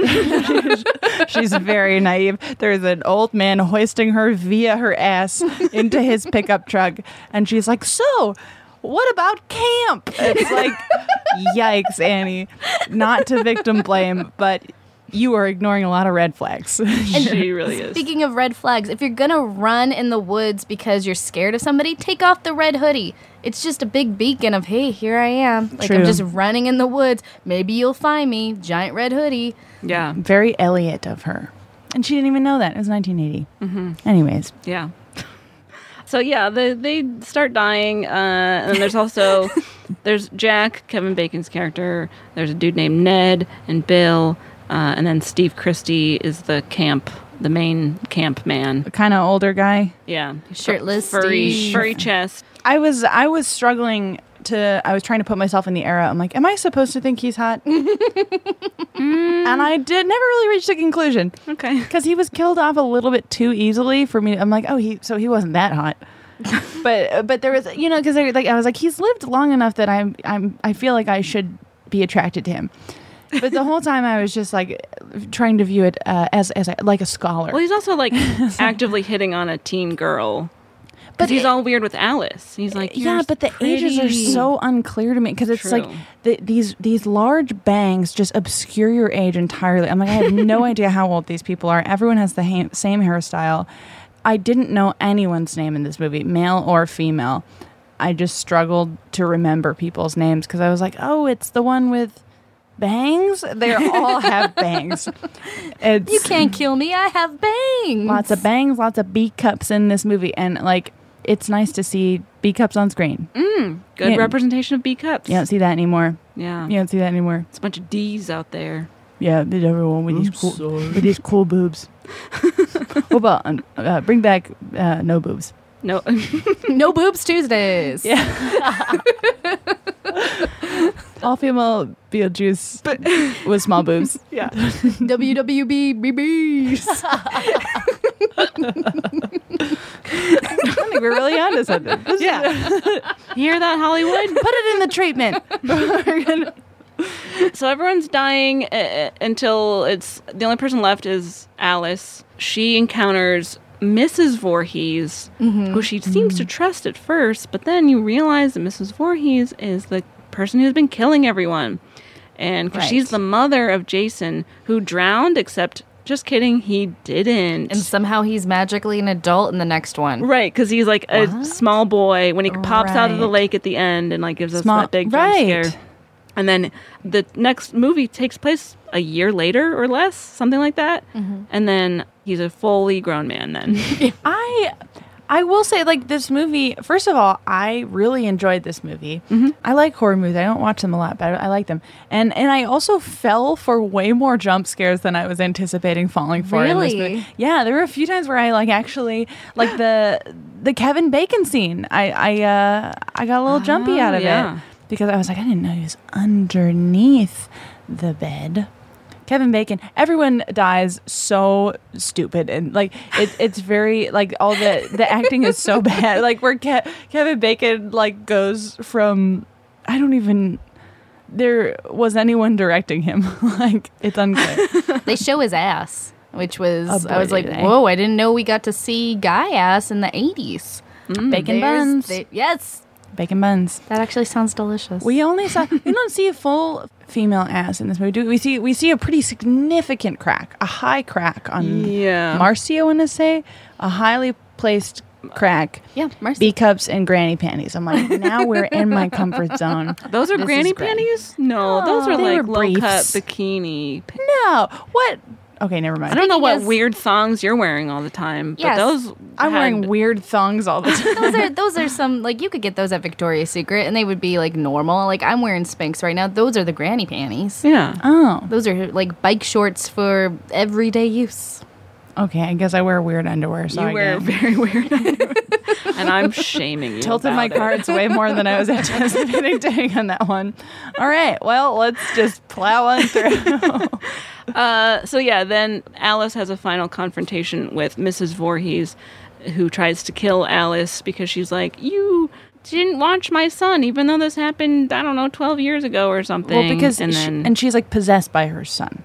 Speaker 2: She's very naive. There's an old man hoisting her via her ass into his pickup truck, and she's like, "So, what about camp?" It's like, yikes, Annie. Not to victim blame, but you are ignoring a lot of red flags.
Speaker 3: She really is.
Speaker 6: Speaking of red flags, if you're gonna run in the woods because you're scared of somebody, take off the red hoodie. It's just a big beacon of, "Hey, here I am." Like
Speaker 2: True.
Speaker 6: I'm just running in the woods. Maybe you'll find me. Giant red hoodie.
Speaker 3: Yeah,
Speaker 2: very Elliot of her, and she didn't even know that it was 1980. Anyways,
Speaker 3: Mm-hmm. yeah. So yeah, the, they start dying, uh, and there's also there's Jack, Kevin Bacon's character. There's a dude named Ned and Bill, uh, and then Steve Christie is the camp, the main camp man.
Speaker 2: kind of older guy.
Speaker 3: Yeah,
Speaker 6: Shirtless
Speaker 3: furry,
Speaker 6: Steve.
Speaker 3: furry chest.
Speaker 2: I was I was struggling to I was trying to put myself in the era. I'm like, am I supposed to think he's hot? Mm. and I did never really reach the conclusion.
Speaker 3: Okay.
Speaker 2: Because he was killed off a little bit too easily for me. I'm like, oh, he so he wasn't that hot. but but there was you know because like I was like he's lived long enough that I'm I'm I feel like I should be attracted to him. But the whole time I was just like trying to view it uh, as as a, like a scholar.
Speaker 3: Well, he's also like actively hitting on a teen girl. But he's
Speaker 2: it-
Speaker 3: all weird with Alice. He's like,
Speaker 2: yeah,
Speaker 3: "You're
Speaker 2: but the ages are
Speaker 3: pretty."
Speaker 2: so unclear to me because it's like
Speaker 3: True.
Speaker 2: th these these large bangs just obscure your age entirely. I'm like, I have no idea how old these people are. Everyone has the ha- same hairstyle. I didn't know anyone's name in this movie, male or female. I just struggled to remember people's names because I was like, oh, it's the one with bangs. They all have bangs. It's
Speaker 6: You can't kill me. I have bangs.
Speaker 2: lots of bangs, lots of B cups in this movie, and like. It's nice to see B cups on screen.
Speaker 3: good
Speaker 2: Yeah.
Speaker 3: representation of B cups.
Speaker 2: You don't see that anymore.
Speaker 3: yeah,
Speaker 2: You don't see that anymore.
Speaker 3: It's a bunch of D's out there.
Speaker 2: Yeah, but everyone with these cool with these cool boobs. what about um, uh, bring back uh, no boobs?
Speaker 3: No,
Speaker 6: no boobs Tuesdays. Yeah.
Speaker 2: All female Beetlejuice with small boobs.
Speaker 6: WWB BBs.
Speaker 2: I think we're really onto something. Put
Speaker 3: yeah. you hear that, Hollywood?
Speaker 2: it in the treatment.
Speaker 3: So everyone's dying uh, until it's the only person left is Alice. She encounters Mrs. Voorhees,
Speaker 6: Mm-hmm.
Speaker 3: who she seems to trust at first, but then you realize that Mrs. Voorhees is the person who's been killing everyone. And 'cause she's the mother of Jason, who drowned, except just kidding, he didn't.
Speaker 6: and somehow he's magically an adult in the next one.
Speaker 3: Right, because he's like a small boy when he pops out of the
Speaker 6: Right.
Speaker 3: lake at the end and like gives us
Speaker 2: Small-
Speaker 3: that big
Speaker 2: right.
Speaker 3: jump scare. And then the next movie takes place a year later or less, something like that.
Speaker 2: Mm-hmm.
Speaker 3: And then he's a fully grown man. Then
Speaker 2: I I will say like this movie. First of all, I really enjoyed this movie. I like horror movies. I don't watch them a lot, but I like them. And and I also fell for way more jump scares than I was anticipating falling for. in this
Speaker 6: Really?
Speaker 2: movie. Yeah, there were a few times where I like actually like the the Kevin Bacon scene. I I uh, I got a little jumpy out of
Speaker 3: yeah.
Speaker 2: it because I was like, I didn't know he was underneath the bed. Kevin Bacon. Everyone dies so stupid and like it, it's very like all the the acting is so bad. Like where Ke- Kevin Bacon like goes from I don't even there was anyone directing him. like it's unclear.
Speaker 6: they show his ass, which was
Speaker 2: Oh,
Speaker 6: I
Speaker 2: boy,
Speaker 6: was like,
Speaker 2: did they.
Speaker 6: whoa, I didn't know we got to see guy ass in the eighties.
Speaker 2: Bacon buns.
Speaker 6: yes,
Speaker 2: bacon buns.
Speaker 6: That actually sounds delicious.
Speaker 2: We only saw we don't see a full female ass in this movie. Do we? we see we see a pretty significant crack, a high crack on
Speaker 1: Yeah.
Speaker 2: Marcy, I want to say, a highly placed crack.
Speaker 6: Yeah, Marcy.
Speaker 2: B cups and granny panties. I'm like, now we're in my comfort zone.
Speaker 1: Those are
Speaker 2: This is
Speaker 1: granny
Speaker 2: great.
Speaker 1: panties? No, those
Speaker 2: No,
Speaker 1: are
Speaker 2: they
Speaker 1: like
Speaker 2: were
Speaker 1: low cut
Speaker 2: briefs.
Speaker 1: bikini. pa-
Speaker 2: No, what? Okay, never mind.
Speaker 1: I don't know what
Speaker 6: is-
Speaker 1: weird thongs you're wearing all the time, but
Speaker 6: Yes.
Speaker 1: those
Speaker 2: I'm wearing weird thongs all the time.
Speaker 6: those are those are some like you could get those at Victoria's Secret and they would be like normal. Like I'm wearing Spanx right now. Those are the granny panties.
Speaker 1: Yeah.
Speaker 2: Oh,
Speaker 6: Those are like bike shorts for everyday use.
Speaker 2: okay. I guess I wear weird underwear. So
Speaker 1: you
Speaker 2: I
Speaker 1: wear
Speaker 2: get it.
Speaker 1: very weird, underwear. and I'm shaming you.
Speaker 2: tilted my
Speaker 1: about it.
Speaker 2: cards way more than I was anticipating doing on that one. All right, well, let's just plow on through.
Speaker 1: Uh, so yeah, then Alice has a final confrontation with Mrs. Voorhees, who tries to kill Alice because she's like, "You didn't watch my son, even though this happened, I don't know, twelve years ago or something."
Speaker 2: Well, because and,
Speaker 1: and then
Speaker 2: she, and she's like possessed by her son.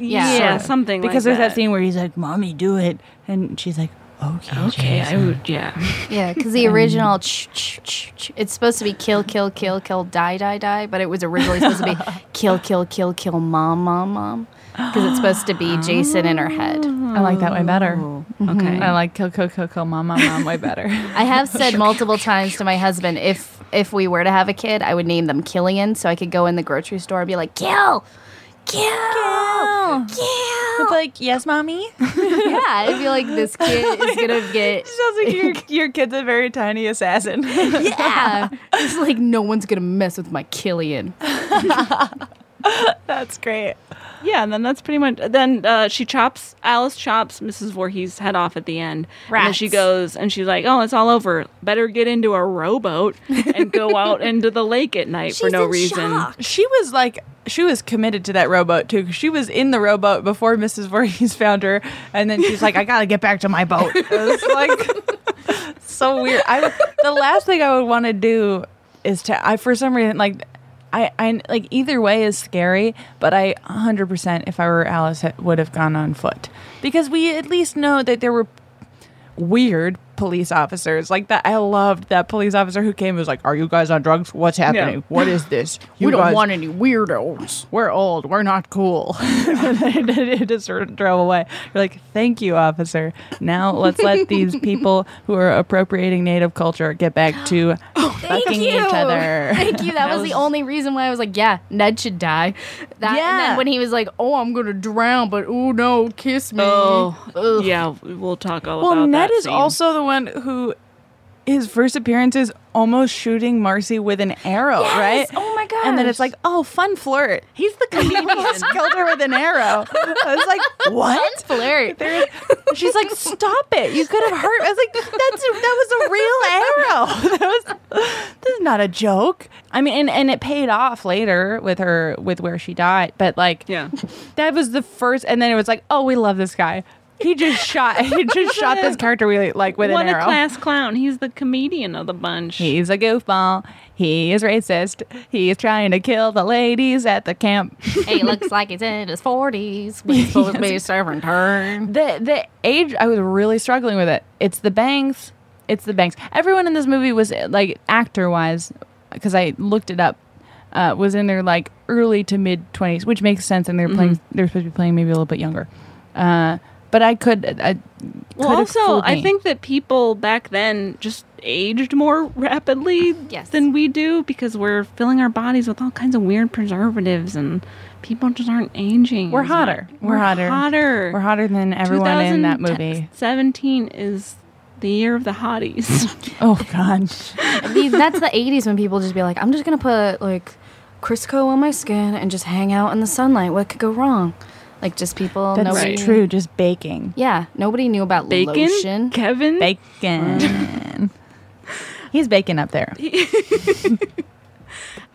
Speaker 6: Yeah.
Speaker 1: yeah, something
Speaker 2: Because
Speaker 1: like
Speaker 2: there's that. scene where he's like, "Mommy, do it," and she's like, "Okay,
Speaker 1: Okay, I
Speaker 2: Jason."
Speaker 1: would yeah.
Speaker 6: Yeah, because the original ch- ch- ch- ch- it's supposed to be kill, kill, kill, kill, die, die, die, but it was originally supposed to be kill, kill, kill, kill, mom, mom, mom, because it's supposed to be Jason in her head.
Speaker 2: I like that way better.
Speaker 1: Okay.
Speaker 2: I like kill, kill, kill, kill, mom, mom, mom way better.
Speaker 6: Mm-hmm. I have said multiple times to my husband, if if we were to have a kid, I would name them Killian, so I could go in the grocery store and be like, kill, kill, kill.
Speaker 2: It's like, yes, mommy.
Speaker 6: Yeah, I'd be like, this kid is gonna get.
Speaker 2: Sounds like your your kid's a very tiny assassin.
Speaker 6: Yeah, it's like no one's gonna mess with my Killian.
Speaker 2: That's great.
Speaker 1: Yeah, and then that's pretty much. Then uh, she chops Alice chops Mrs. Voorhees' head off at the end, and then she
Speaker 6: Rats.
Speaker 1: goes and she's like, "Oh, it's all over. Better get into a rowboat and go out into the lake at night for no reason."
Speaker 2: She was like, she was committed to that rowboat too. 'cause She was in the rowboat before Mrs. Voorhees found her, and then she's like, "I gotta get back to my boat." It was like so weird. I the last thing I would want to do is to I for some reason like. I, I like either way is scary, but I 100% if I were Alice ha- would have gone on foot because we at least know that there were weird police officers like that. I loved that police officer who came and was like, "Are you guys on drugs? What's happening? What is this? You guys-
Speaker 6: any weirdos.
Speaker 2: We're old. We're not cool." and it just sort of drove away. You're like, "Thank you, officer. Now let's let these people who are appropriating native culture get back to fucking each other."
Speaker 6: Thank you. That, was, the only reason why I was like, yeah, Ned should die. That, And
Speaker 2: Yeah.
Speaker 6: then when he was like, oh, I'm going to drown, but oh no, kiss me.
Speaker 1: Oh,
Speaker 6: Ugh.
Speaker 1: yeah, we'll talk all
Speaker 2: Well,
Speaker 1: about
Speaker 2: Ned
Speaker 1: that.
Speaker 2: is
Speaker 1: scene.
Speaker 2: also the one who his first appearance is almost shooting Marcy with an arrow, right?
Speaker 6: Oh my gosh.
Speaker 2: And then it's like, oh, fun flirt. He's the comedian. Almost killed her with an arrow. I was like, what?
Speaker 6: flirt.
Speaker 2: There- she's like, stop it. You could have hurt. I was like, that's that was a real arrow. That was this is not a joke. I mean, and, and it paid off later with her with where she died. But like,
Speaker 1: Yeah.
Speaker 2: that was the first. And then it was like, oh, we love this guy. He just shot. He just shot this character really like with
Speaker 1: what
Speaker 2: an arrow.
Speaker 1: a class clown. He's the comedian of the bunch.
Speaker 2: He's a goofball. He is racist. He is trying to kill the ladies at the camp.
Speaker 6: He looks like he's in his 40s. We're supposed to be serving turn.
Speaker 2: The the age I was really struggling with it. It's the banks. It's the banks. Everyone in this movie was uh, like actor wise, because I looked it up. Uh, was in their like early to mid twenties, which makes sense, and they're playing.
Speaker 6: Mm-hmm.
Speaker 2: They're supposed to be playing maybe a little bit younger. Uh, but I could. I,
Speaker 1: well,
Speaker 2: could've
Speaker 1: also,
Speaker 2: fooled
Speaker 1: I
Speaker 2: me.
Speaker 1: think that people back then just aged more rapidly
Speaker 6: Yes.
Speaker 1: than we do because we're filling our bodies with all kinds of weird preservatives and people just aren't aging.
Speaker 2: We're
Speaker 1: as
Speaker 2: hotter.
Speaker 1: much.
Speaker 2: We're hotter.
Speaker 1: Hotter.
Speaker 2: we're hotter than everyone in that
Speaker 1: 2010
Speaker 2: movie.
Speaker 1: 17 is the year of the hotties.
Speaker 2: Oh God.
Speaker 6: I mean, that's the 80s when people just be like, I'm just going to put like Crisco on my skin and just hang out in the sunlight. What could go wrong? Like, just people.
Speaker 2: That's
Speaker 6: nobody,
Speaker 2: true. Just baking.
Speaker 6: Yeah, nobody knew about
Speaker 1: Bacon?
Speaker 6: lotion.
Speaker 1: Kevin?
Speaker 2: Bacon. He's bacon up there.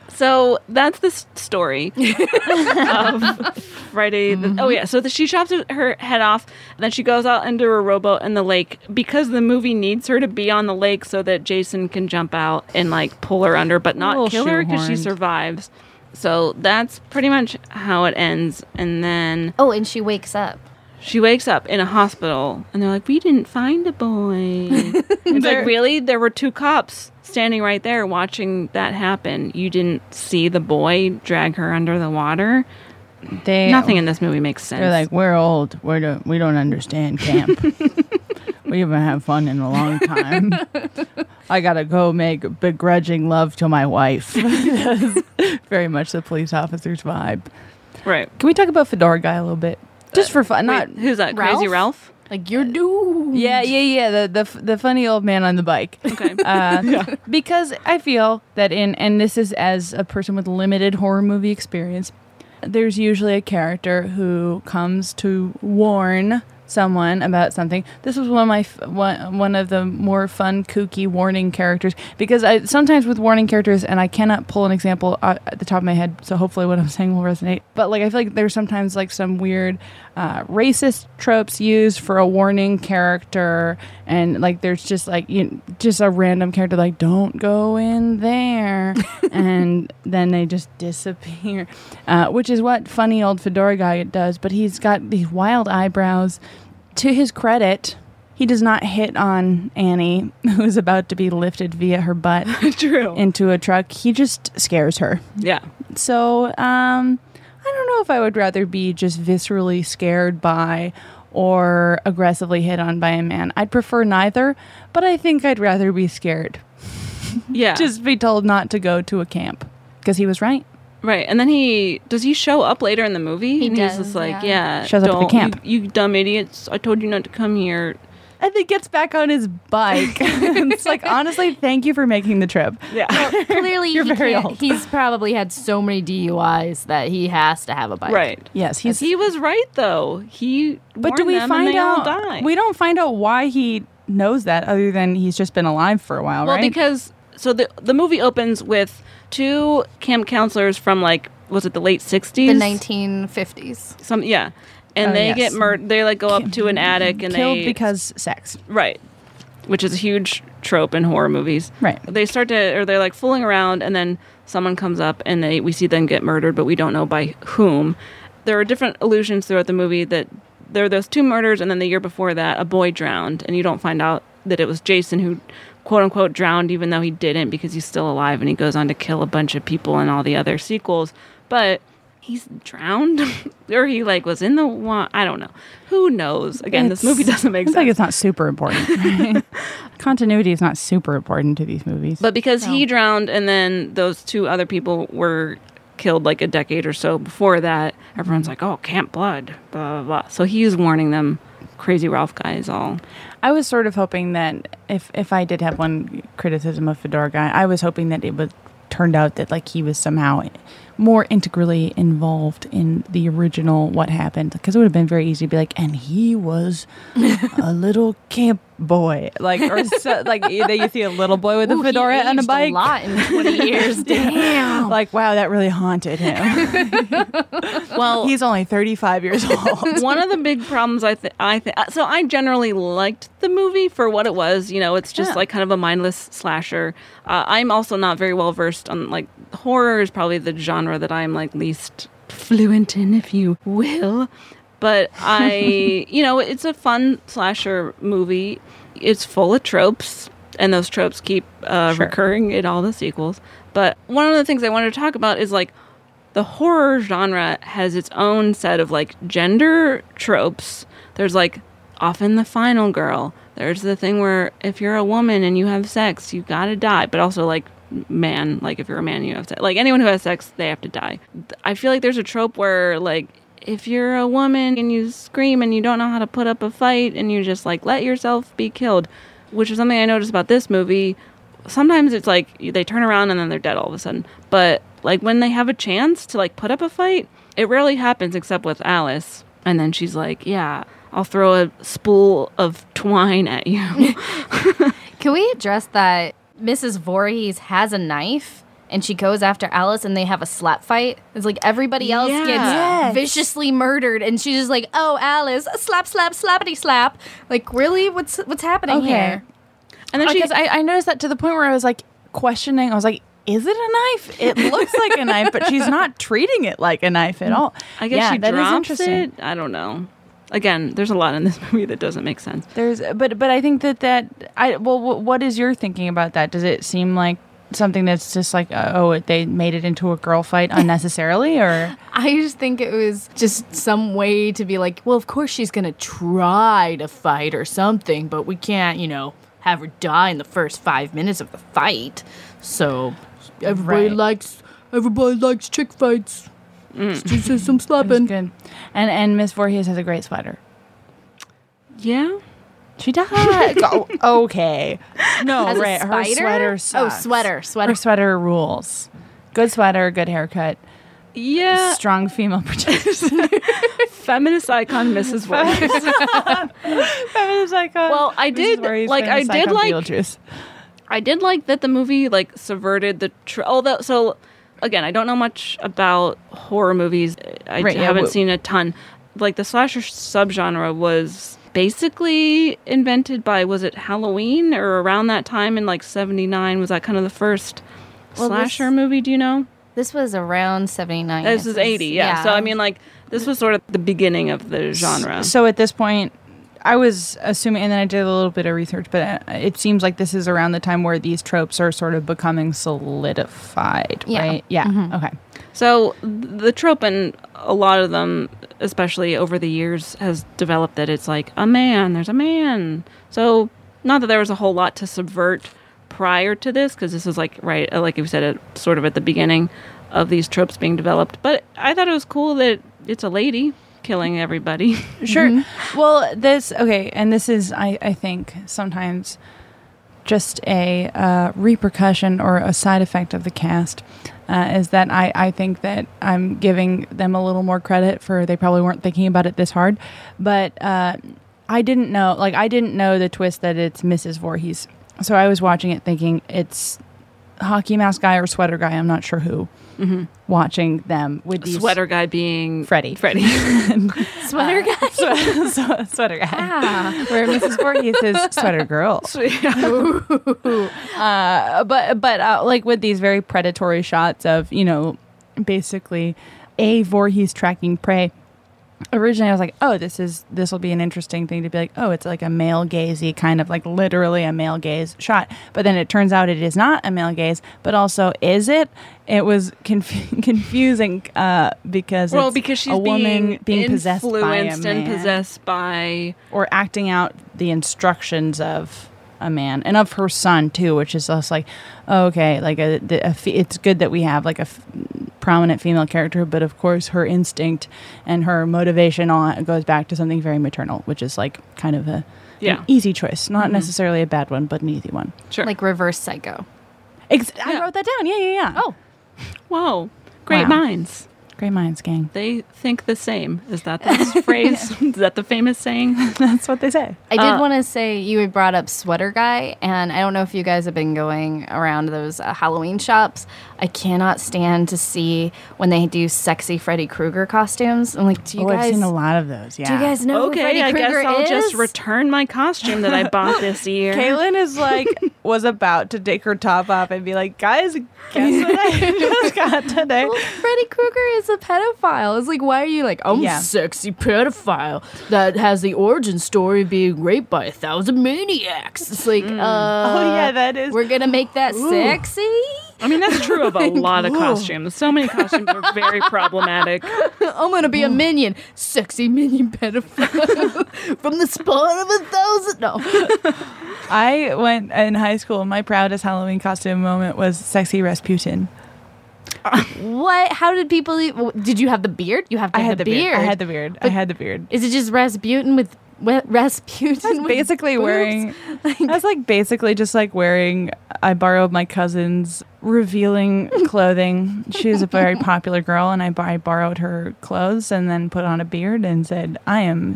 Speaker 1: So that's the s- story of Friday. The, oh yeah, so the, she chops her head off, then she goes out into her rowboat in the lake because the movie needs her to be on the lake so that Jason can jump out and like pull her under, but not
Speaker 7: Little
Speaker 1: kill her because she
Speaker 7: shoehorned.
Speaker 1: survives. So that's pretty much how it ends. And then
Speaker 5: oh, and she wakes up.
Speaker 1: She wakes up in a hospital, and they're like, "We didn't find a boy." it's like really, there were two cops standing right there watching that happen. You didn't see the boy drag her under the water.
Speaker 6: They
Speaker 1: Nothing in this movie makes sense.
Speaker 6: They're like, we're old. We don't we don't understand camp. we haven't had fun in a long time. I gotta go make begrudging love to my wife. That's very much the police officer's vibe.
Speaker 1: Right. Uh,
Speaker 6: Can we talk about Fedora guy a little bit, just for fun? not
Speaker 1: who's that? Crazy Ralph?
Speaker 5: Like you're doomed.
Speaker 6: Yeah, yeah, yeah. The the f- the funny old man on the bike. Okay. Uh, Because I feel that in and this is as a person with limited horror movie experience, there's usually a character who comes to warn someone about something. This was one of my f- one, one of the more fun kooky warning characters because I sometimes with warning characters and I cannot pull an example uh, at the top of my head, so hopefully what I'm saying will resonate. But like I feel like there's sometimes like some weird uh, racist tropes used for a warning character and like there's just like you just a random character like don't go in there and then they just disappear uh, which is what funny old fedora guy does but he's got these wild eyebrows to his credit he does not hit on Annie, who is about to be lifted via her butt
Speaker 1: True.
Speaker 6: into a truck. He just scares her.
Speaker 1: Yeah.
Speaker 6: So, um, I don't know if I would rather be just viscerally scared by or aggressively hit on by a man. I'd prefer neither, but I think I'd rather be scared.
Speaker 1: Yeah.
Speaker 6: just be told not to go to a camp because he was right.
Speaker 1: Right, and then he does he show up later in the movie? He and
Speaker 6: does,
Speaker 1: He's just like,
Speaker 6: yeah.
Speaker 1: yeah,
Speaker 6: Shows up at the
Speaker 1: don't-
Speaker 6: camp.
Speaker 1: You, you dumb idiots! I told you not to come here.
Speaker 6: And then gets back on his bike. it's like, honestly, thank you for making the trip.
Speaker 1: Yeah.
Speaker 5: Clearly,
Speaker 6: You're
Speaker 5: he
Speaker 6: very
Speaker 5: can't-
Speaker 6: old.
Speaker 5: he's probably had so many DUIs that he has to have a bike.
Speaker 1: Right.
Speaker 6: Yes, he's
Speaker 1: he was right though. He
Speaker 6: But do
Speaker 1: warned
Speaker 6: we
Speaker 1: them, and
Speaker 6: find
Speaker 1: they all
Speaker 6: out?
Speaker 1: die.
Speaker 6: We don't find out why he knows that, other than he's just been alive for a while,
Speaker 1: Well,
Speaker 6: right?
Speaker 1: because so the the movie opens with two camp counselors from like was it the late sixties,
Speaker 5: The 1950s.
Speaker 1: some yeah, and
Speaker 5: Oh,
Speaker 1: they
Speaker 5: yes.
Speaker 1: get murdered. They like go up to an attic and
Speaker 6: killed
Speaker 1: they
Speaker 6: because sex.
Speaker 1: right, which is a huge trope in horror movies.
Speaker 6: Right.
Speaker 1: They start to or they're like fooling around, and then someone comes up and they we see them get murdered, but we don't know by whom. There are different allusions throughout the movie that there are those two murders, and then the year before that, a boy drowned, and you don't find out that it was Jason who quote unquote drowned, even though he didn't because he's still alive and he goes on to kill a bunch of people in all the other sequels. But he's drowned, or he like was in the wa- I don't know. Who knows? Again, this
Speaker 6: It's-
Speaker 1: movie doesn't make
Speaker 6: it's
Speaker 1: sense.
Speaker 6: Like it's not super important. right? Continuity is not super important to these movies.
Speaker 1: But because he drowned and then those two other people were killed like a decade or so before that, everyone's like, oh, Camp Blood, blah, blah, blah. So he's warning them, Crazy Ralph guys, all.
Speaker 6: I was sort of hoping that if if I did have one criticism of Fedora guy, I was hoping that it would turned out that like he was somehow more integrally involved in the original what happened because it would have been very easy to be like and he was a little camp boy like or so, like you- that you see a little boy with
Speaker 5: Ooh, he
Speaker 6: a fedora and a
Speaker 5: aged a
Speaker 6: bike
Speaker 5: lot in 20 years. Damn.
Speaker 6: like wow that really haunted him
Speaker 1: Well,
Speaker 6: he's only 35 years old
Speaker 1: one of the big problems I think I think so I generally liked the movie for what it was. You know, it's just
Speaker 6: Yeah.
Speaker 1: like kind of a mindless slasher. Uh, I'm also not very well versed on like horror is probably the genre that I'm like least fluent in, if you will. But I, you know, it's a fun slasher movie. It's full of tropes, and those tropes keep uh, recurring in all the sequels. But one of the things I wanted to talk about is like the horror genre has its own set of like gender tropes. There's like often the final girl. There's the thing where if you're a woman and you have sex, you gotta die. But also like man, like if you're a man, you have sex. Like anyone who has sex, they have to die. Th- I feel like there's a trope where like if you're a woman and you scream and you don't know how to put up a fight and you just like let yourself be killed, which is something I noticed about this movie sometimes it's like they turn around and then they're dead all of a sudden. But like when they have a chance to like put up a fight, it rarely happens except with Alice. And then she's like, "Yeah, I'll throw a spool of twine at you."
Speaker 5: Can we address that Mrs. Voorhees has a knife and she goes after Alice and they have a slap fight. It's like everybody else
Speaker 7: Yeah.
Speaker 5: gets
Speaker 7: Yes.
Speaker 5: viciously murdered and she's just like, "Oh, Alice, slap slap slappity slap." Like, really? What's what's happening
Speaker 6: Okay.
Speaker 5: here?
Speaker 6: And then she, I, I noticed that to the point where I was like questioning. I was like, "Is it a knife? It looks like a knife, but she's not treating it like a knife at all."
Speaker 1: I guess
Speaker 6: yeah,
Speaker 1: she
Speaker 6: that is
Speaker 1: drops
Speaker 6: interesting.
Speaker 1: it. I don't know. Again, there's a lot in this movie that doesn't make sense.
Speaker 6: There's, but but I think that that I well, wh- what is your thinking about that? Does it seem like something that's just like uh, oh, it- they made it into a girl fight unnecessarily, or
Speaker 5: I just think it was just some way to be like, well, of course she's going to try to fight or something, but we can't, you know, have her die in the first five minutes of the fight. So everybody
Speaker 6: Right.
Speaker 5: likes everybody likes chick fights.
Speaker 1: Mm.
Speaker 5: Just do some slapping.
Speaker 6: Good. And and Miss Voorhees has a great sweater.
Speaker 1: Yeah.
Speaker 6: She does. oh, okay. No,
Speaker 5: Has a
Speaker 6: right. Her
Speaker 5: spider?
Speaker 6: sweater.
Speaker 5: Oh,
Speaker 6: Sucks.
Speaker 5: sweater, sweater.
Speaker 6: Her sweater rules. Good sweater. Good haircut.
Speaker 1: Yeah.
Speaker 6: Strong female protection.
Speaker 1: Feminist icon Mrs. Voorhees.
Speaker 6: Feminist icon.
Speaker 1: Well, I did like I did like I did like that the movie like subverted the tr- although so again I don't know much about horror movies I
Speaker 6: Right, yeah,
Speaker 1: haven't
Speaker 6: wh-
Speaker 1: seen a ton like the slasher subgenre was basically invented by was it Halloween or around that time in like 79 was that kind of the first
Speaker 5: Well, this-
Speaker 1: slasher movie do you know
Speaker 5: This was around 79.
Speaker 1: this is 80 yeah. so I mean like this was sort of the beginning of the genre
Speaker 6: So at this point, I was assuming, and then I did a little bit of research, but uh, it seems like this is around the time where these tropes are sort of becoming solidified,
Speaker 1: Yeah.
Speaker 6: right? Yeah.
Speaker 1: Mhm.
Speaker 6: Okay.
Speaker 1: So th- the trope in a lot of them, especially over the years, has developed that it's like a man, there's a man. So not that there was a whole lot to subvert prior to this, because this is like right, uh, like you said, at, sort of at the beginning of these tropes being developed. But I thought it was cool that it's a lady killing everybody.
Speaker 6: Sure. Well, this okay, and this is I, I think sometimes just a uh, repercussion or a side effect of the cast uh, is that I, I think that I'm giving them a little more credit for they probably weren't thinking about it this hard, but uh, I didn't know like I didn't know the twist that it's Mrs. Voorhees, so I was watching it thinking it's hockey mask guy or sweater guy I'm not sure who
Speaker 1: Mhm.
Speaker 6: watching them with these
Speaker 1: Sweater guy being
Speaker 6: Freddy
Speaker 1: Freddy.
Speaker 5: sweater guy.
Speaker 6: swe- swe- sweater guy. Where Mrs. Voorhees is sweater girl. uh, but but uh, like with these very predatory shots of you know basically a Voorhees tracking prey. Originally, I was like, "Oh, this is this will be an interesting thing to be like, oh, it's like a male gazy kind of like literally a male gaze shot." But then it turns out it is not a male gaze, but also is it? It was conf- confusing uh, because
Speaker 1: well,
Speaker 6: it's
Speaker 1: because she's
Speaker 6: a woman
Speaker 1: being,
Speaker 6: being possessed by a
Speaker 1: influenced
Speaker 6: man
Speaker 1: and possessed by
Speaker 6: or acting out the instructions of a man and of her son too, which is us like, oh, okay, like a, the, a fe- it's good that we have like a f- prominent female character, but of course her instinct and her motivation all goes back to something very maternal, which is like kind of a an
Speaker 1: Yeah. Mm-hmm.
Speaker 6: easy choice, not
Speaker 5: Mhm.
Speaker 6: necessarily a bad one, but an easy one.
Speaker 1: Sure.
Speaker 5: Like reverse psycho.
Speaker 6: Ex- I wrote that down. Yeah, yeah, yeah.
Speaker 5: Oh,
Speaker 1: whoa, great
Speaker 6: Wow.
Speaker 1: minds.
Speaker 6: Great minds, gang.
Speaker 1: They think the same. Is that the phrase? Is that the famous saying?
Speaker 6: That's what they say.
Speaker 5: I did
Speaker 1: Uh,
Speaker 5: want to say you had brought up sweater guy, and I don't know if you guys have been going around those uh, Halloween shops. I cannot stand to see when they do sexy Freddy Krueger costumes. I'm like, do you
Speaker 6: oh,
Speaker 5: guys?
Speaker 6: I've seen a lot of those. Yeah.
Speaker 5: Do you guys
Speaker 6: Oh,
Speaker 5: know who Freddy
Speaker 1: okay, I guess
Speaker 5: Krueger
Speaker 1: I'll
Speaker 5: is?
Speaker 1: just return my costume that I bought this year.
Speaker 6: Kaylin is like was about to take her top off and be like, guys, guess what I just got today?
Speaker 5: Freddy Krueger is a pedophile. It's like, why are you like, I'm
Speaker 6: Yeah.
Speaker 5: a sexy pedophile that has the origin story of being raped by a thousand maniacs? It's like, uh,
Speaker 6: Oh yeah, that is.
Speaker 5: we're gonna make that
Speaker 6: Ooh.
Speaker 5: sexy.
Speaker 1: I mean, that's true of a lot of
Speaker 6: Whoa.
Speaker 1: costumes. So many costumes are very problematic.
Speaker 5: I'm gonna be a minion, sexy minion pedophile from the spawn of a thousand. No,
Speaker 6: I went in high school. My proudest Halloween costume moment was sexy Rasputin.
Speaker 5: what? How did people? e- w- Did you have the beard? You have to
Speaker 6: I
Speaker 5: have
Speaker 6: had the beard. I had the beard. I
Speaker 5: But-
Speaker 6: had the beard.
Speaker 5: Is it just Rasputin with we- Rasputin.
Speaker 6: I was
Speaker 5: with
Speaker 6: basically
Speaker 5: boobs.
Speaker 6: wearing. I was like basically just like wearing. I borrowed my cousin's revealing clothing. she was a very popular girl, and I, b- I borrowed her clothes and then put on a beard and said, "I am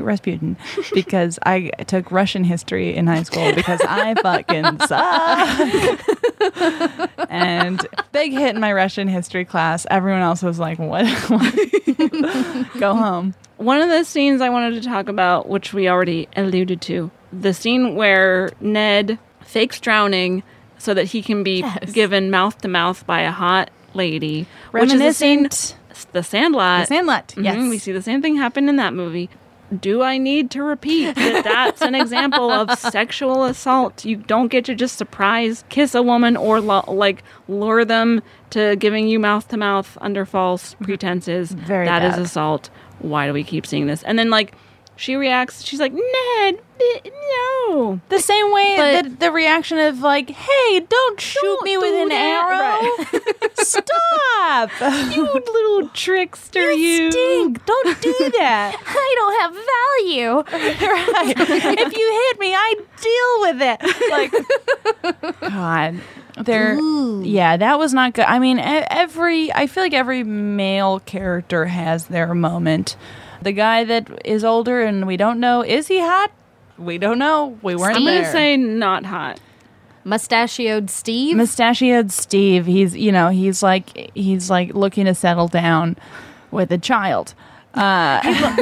Speaker 6: Rasputin," because I took Russian history in high school because I fucking suck. and big hit in my Russian history class. Everyone else was like, "What? Go home.
Speaker 1: One of the scenes I wanted to talk about, which we already alluded to, the scene where Ned fakes drowning so that he can be
Speaker 6: Yes.
Speaker 1: given mouth to mouth by a hot lady. Which is
Speaker 6: Reminiscent.
Speaker 1: a scene, the Sandlot.
Speaker 6: The Sandlot,
Speaker 1: Mhm,
Speaker 6: yes.
Speaker 1: We see the same thing happen in that movie. Do I need to repeat that that's an example of sexual assault? You don't get to just surprise kiss a woman or lo- like lure them to giving you mouth to mouth under false pretenses.
Speaker 6: Very
Speaker 1: That is
Speaker 6: bad.
Speaker 1: assault. Why do we keep seeing this? And then like she reacts. She's like, Ned, eh, no.
Speaker 6: The same way
Speaker 1: But-
Speaker 6: that the reaction of like, "Hey, don't shoot me with
Speaker 1: do
Speaker 6: an
Speaker 1: that."
Speaker 6: arrow! Stop!
Speaker 1: You little trickster, you.
Speaker 6: stink! Don't do that!
Speaker 5: I don't have value.
Speaker 6: right? If you hit me, I deal with it." Like, God, there. Yeah, that was not good. I mean, e- every I feel like every male character has their moment. The guy that is older and we don't know is he hot? We don't know. We weren't.
Speaker 1: I'm gonna
Speaker 6: there.
Speaker 1: say not hot.
Speaker 5: Mustachioed Steve.
Speaker 6: mustachioed Steve. He's you know he's like he's like looking to settle down with a child.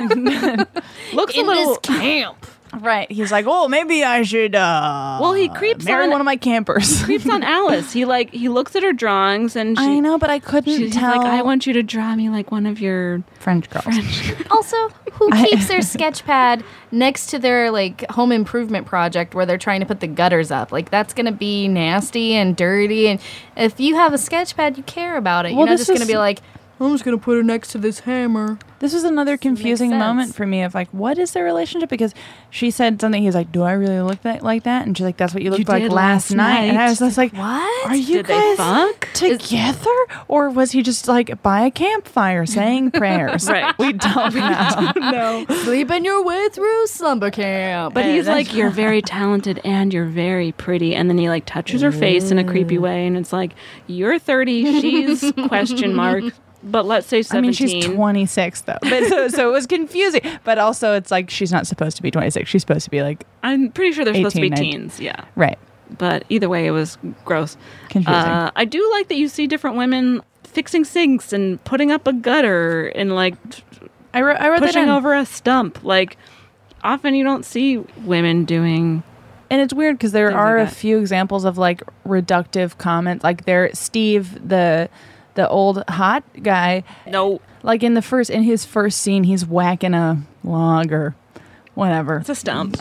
Speaker 1: Looks a little camp.
Speaker 6: Right. He's like, oh, maybe I should. Uh,
Speaker 1: Well, he creeps
Speaker 6: marry
Speaker 1: on
Speaker 6: one of my campers.
Speaker 1: creeps on Alice. He like he looks at her drawings and she,
Speaker 6: I know, but I couldn't
Speaker 1: she's
Speaker 6: tell.
Speaker 1: like, I want you to draw me like one of your
Speaker 6: French girls.
Speaker 5: also, who
Speaker 6: I-
Speaker 5: keeps their sketch pad next to their like home improvement project where they're trying to put the gutters up? Like that's gonna be nasty and dirty. And if you have a sketch pad, you care about it.
Speaker 6: Well,
Speaker 5: You're not
Speaker 6: this
Speaker 5: just gonna
Speaker 6: is-
Speaker 5: be like, I'm just gonna put it next to this hammer.
Speaker 6: This was another confusing
Speaker 5: sense.
Speaker 6: moment for me of like, what is their relationship? Because she said something. He's like, do I really look that like that? And she's like, that's what you looked like
Speaker 1: did
Speaker 6: last
Speaker 1: last
Speaker 6: night. And I
Speaker 1: night.
Speaker 6: was just like,
Speaker 5: What?
Speaker 6: Are you
Speaker 1: Did
Speaker 6: guys
Speaker 1: they fuck?
Speaker 6: together, or was he just like by a campfire saying prayers?
Speaker 1: Right.
Speaker 6: We don't know.
Speaker 1: no.
Speaker 5: Sleeping your way through slumber camp.
Speaker 1: But he's
Speaker 6: that's
Speaker 1: like, you're very talented and you're very pretty. And then he like touches her face in a
Speaker 6: Mm.
Speaker 1: creepy way, and it's like, you're 30, she's
Speaker 5: Mm-hmm,
Speaker 1: question mark, but let's say 17.
Speaker 6: I mean, she's 26 though, but so, so it was confusing. But also, it's like she's not supposed to be 26. She's supposed to be like
Speaker 1: I'm pretty sure they're supposed to be
Speaker 6: 18, 19.
Speaker 1: teens. Yeah.
Speaker 6: right.
Speaker 1: But either way, it was gross.
Speaker 6: Confusing.
Speaker 1: Uh, I do like that you see different women fixing sinks and putting up a gutter and like
Speaker 6: I wrote, I wrote that
Speaker 1: pushing
Speaker 6: down.
Speaker 1: over a stump. Like often you don't see women doing.
Speaker 6: and it's weird because there
Speaker 5: Oh
Speaker 1: Things like
Speaker 6: are a
Speaker 1: that.
Speaker 6: few examples of like reductive comments. Like there, Steve, the the old hot guy,
Speaker 1: No,
Speaker 6: like in the first in his first scene, he's whacking a log or whatever. Um,
Speaker 1: it's a stump.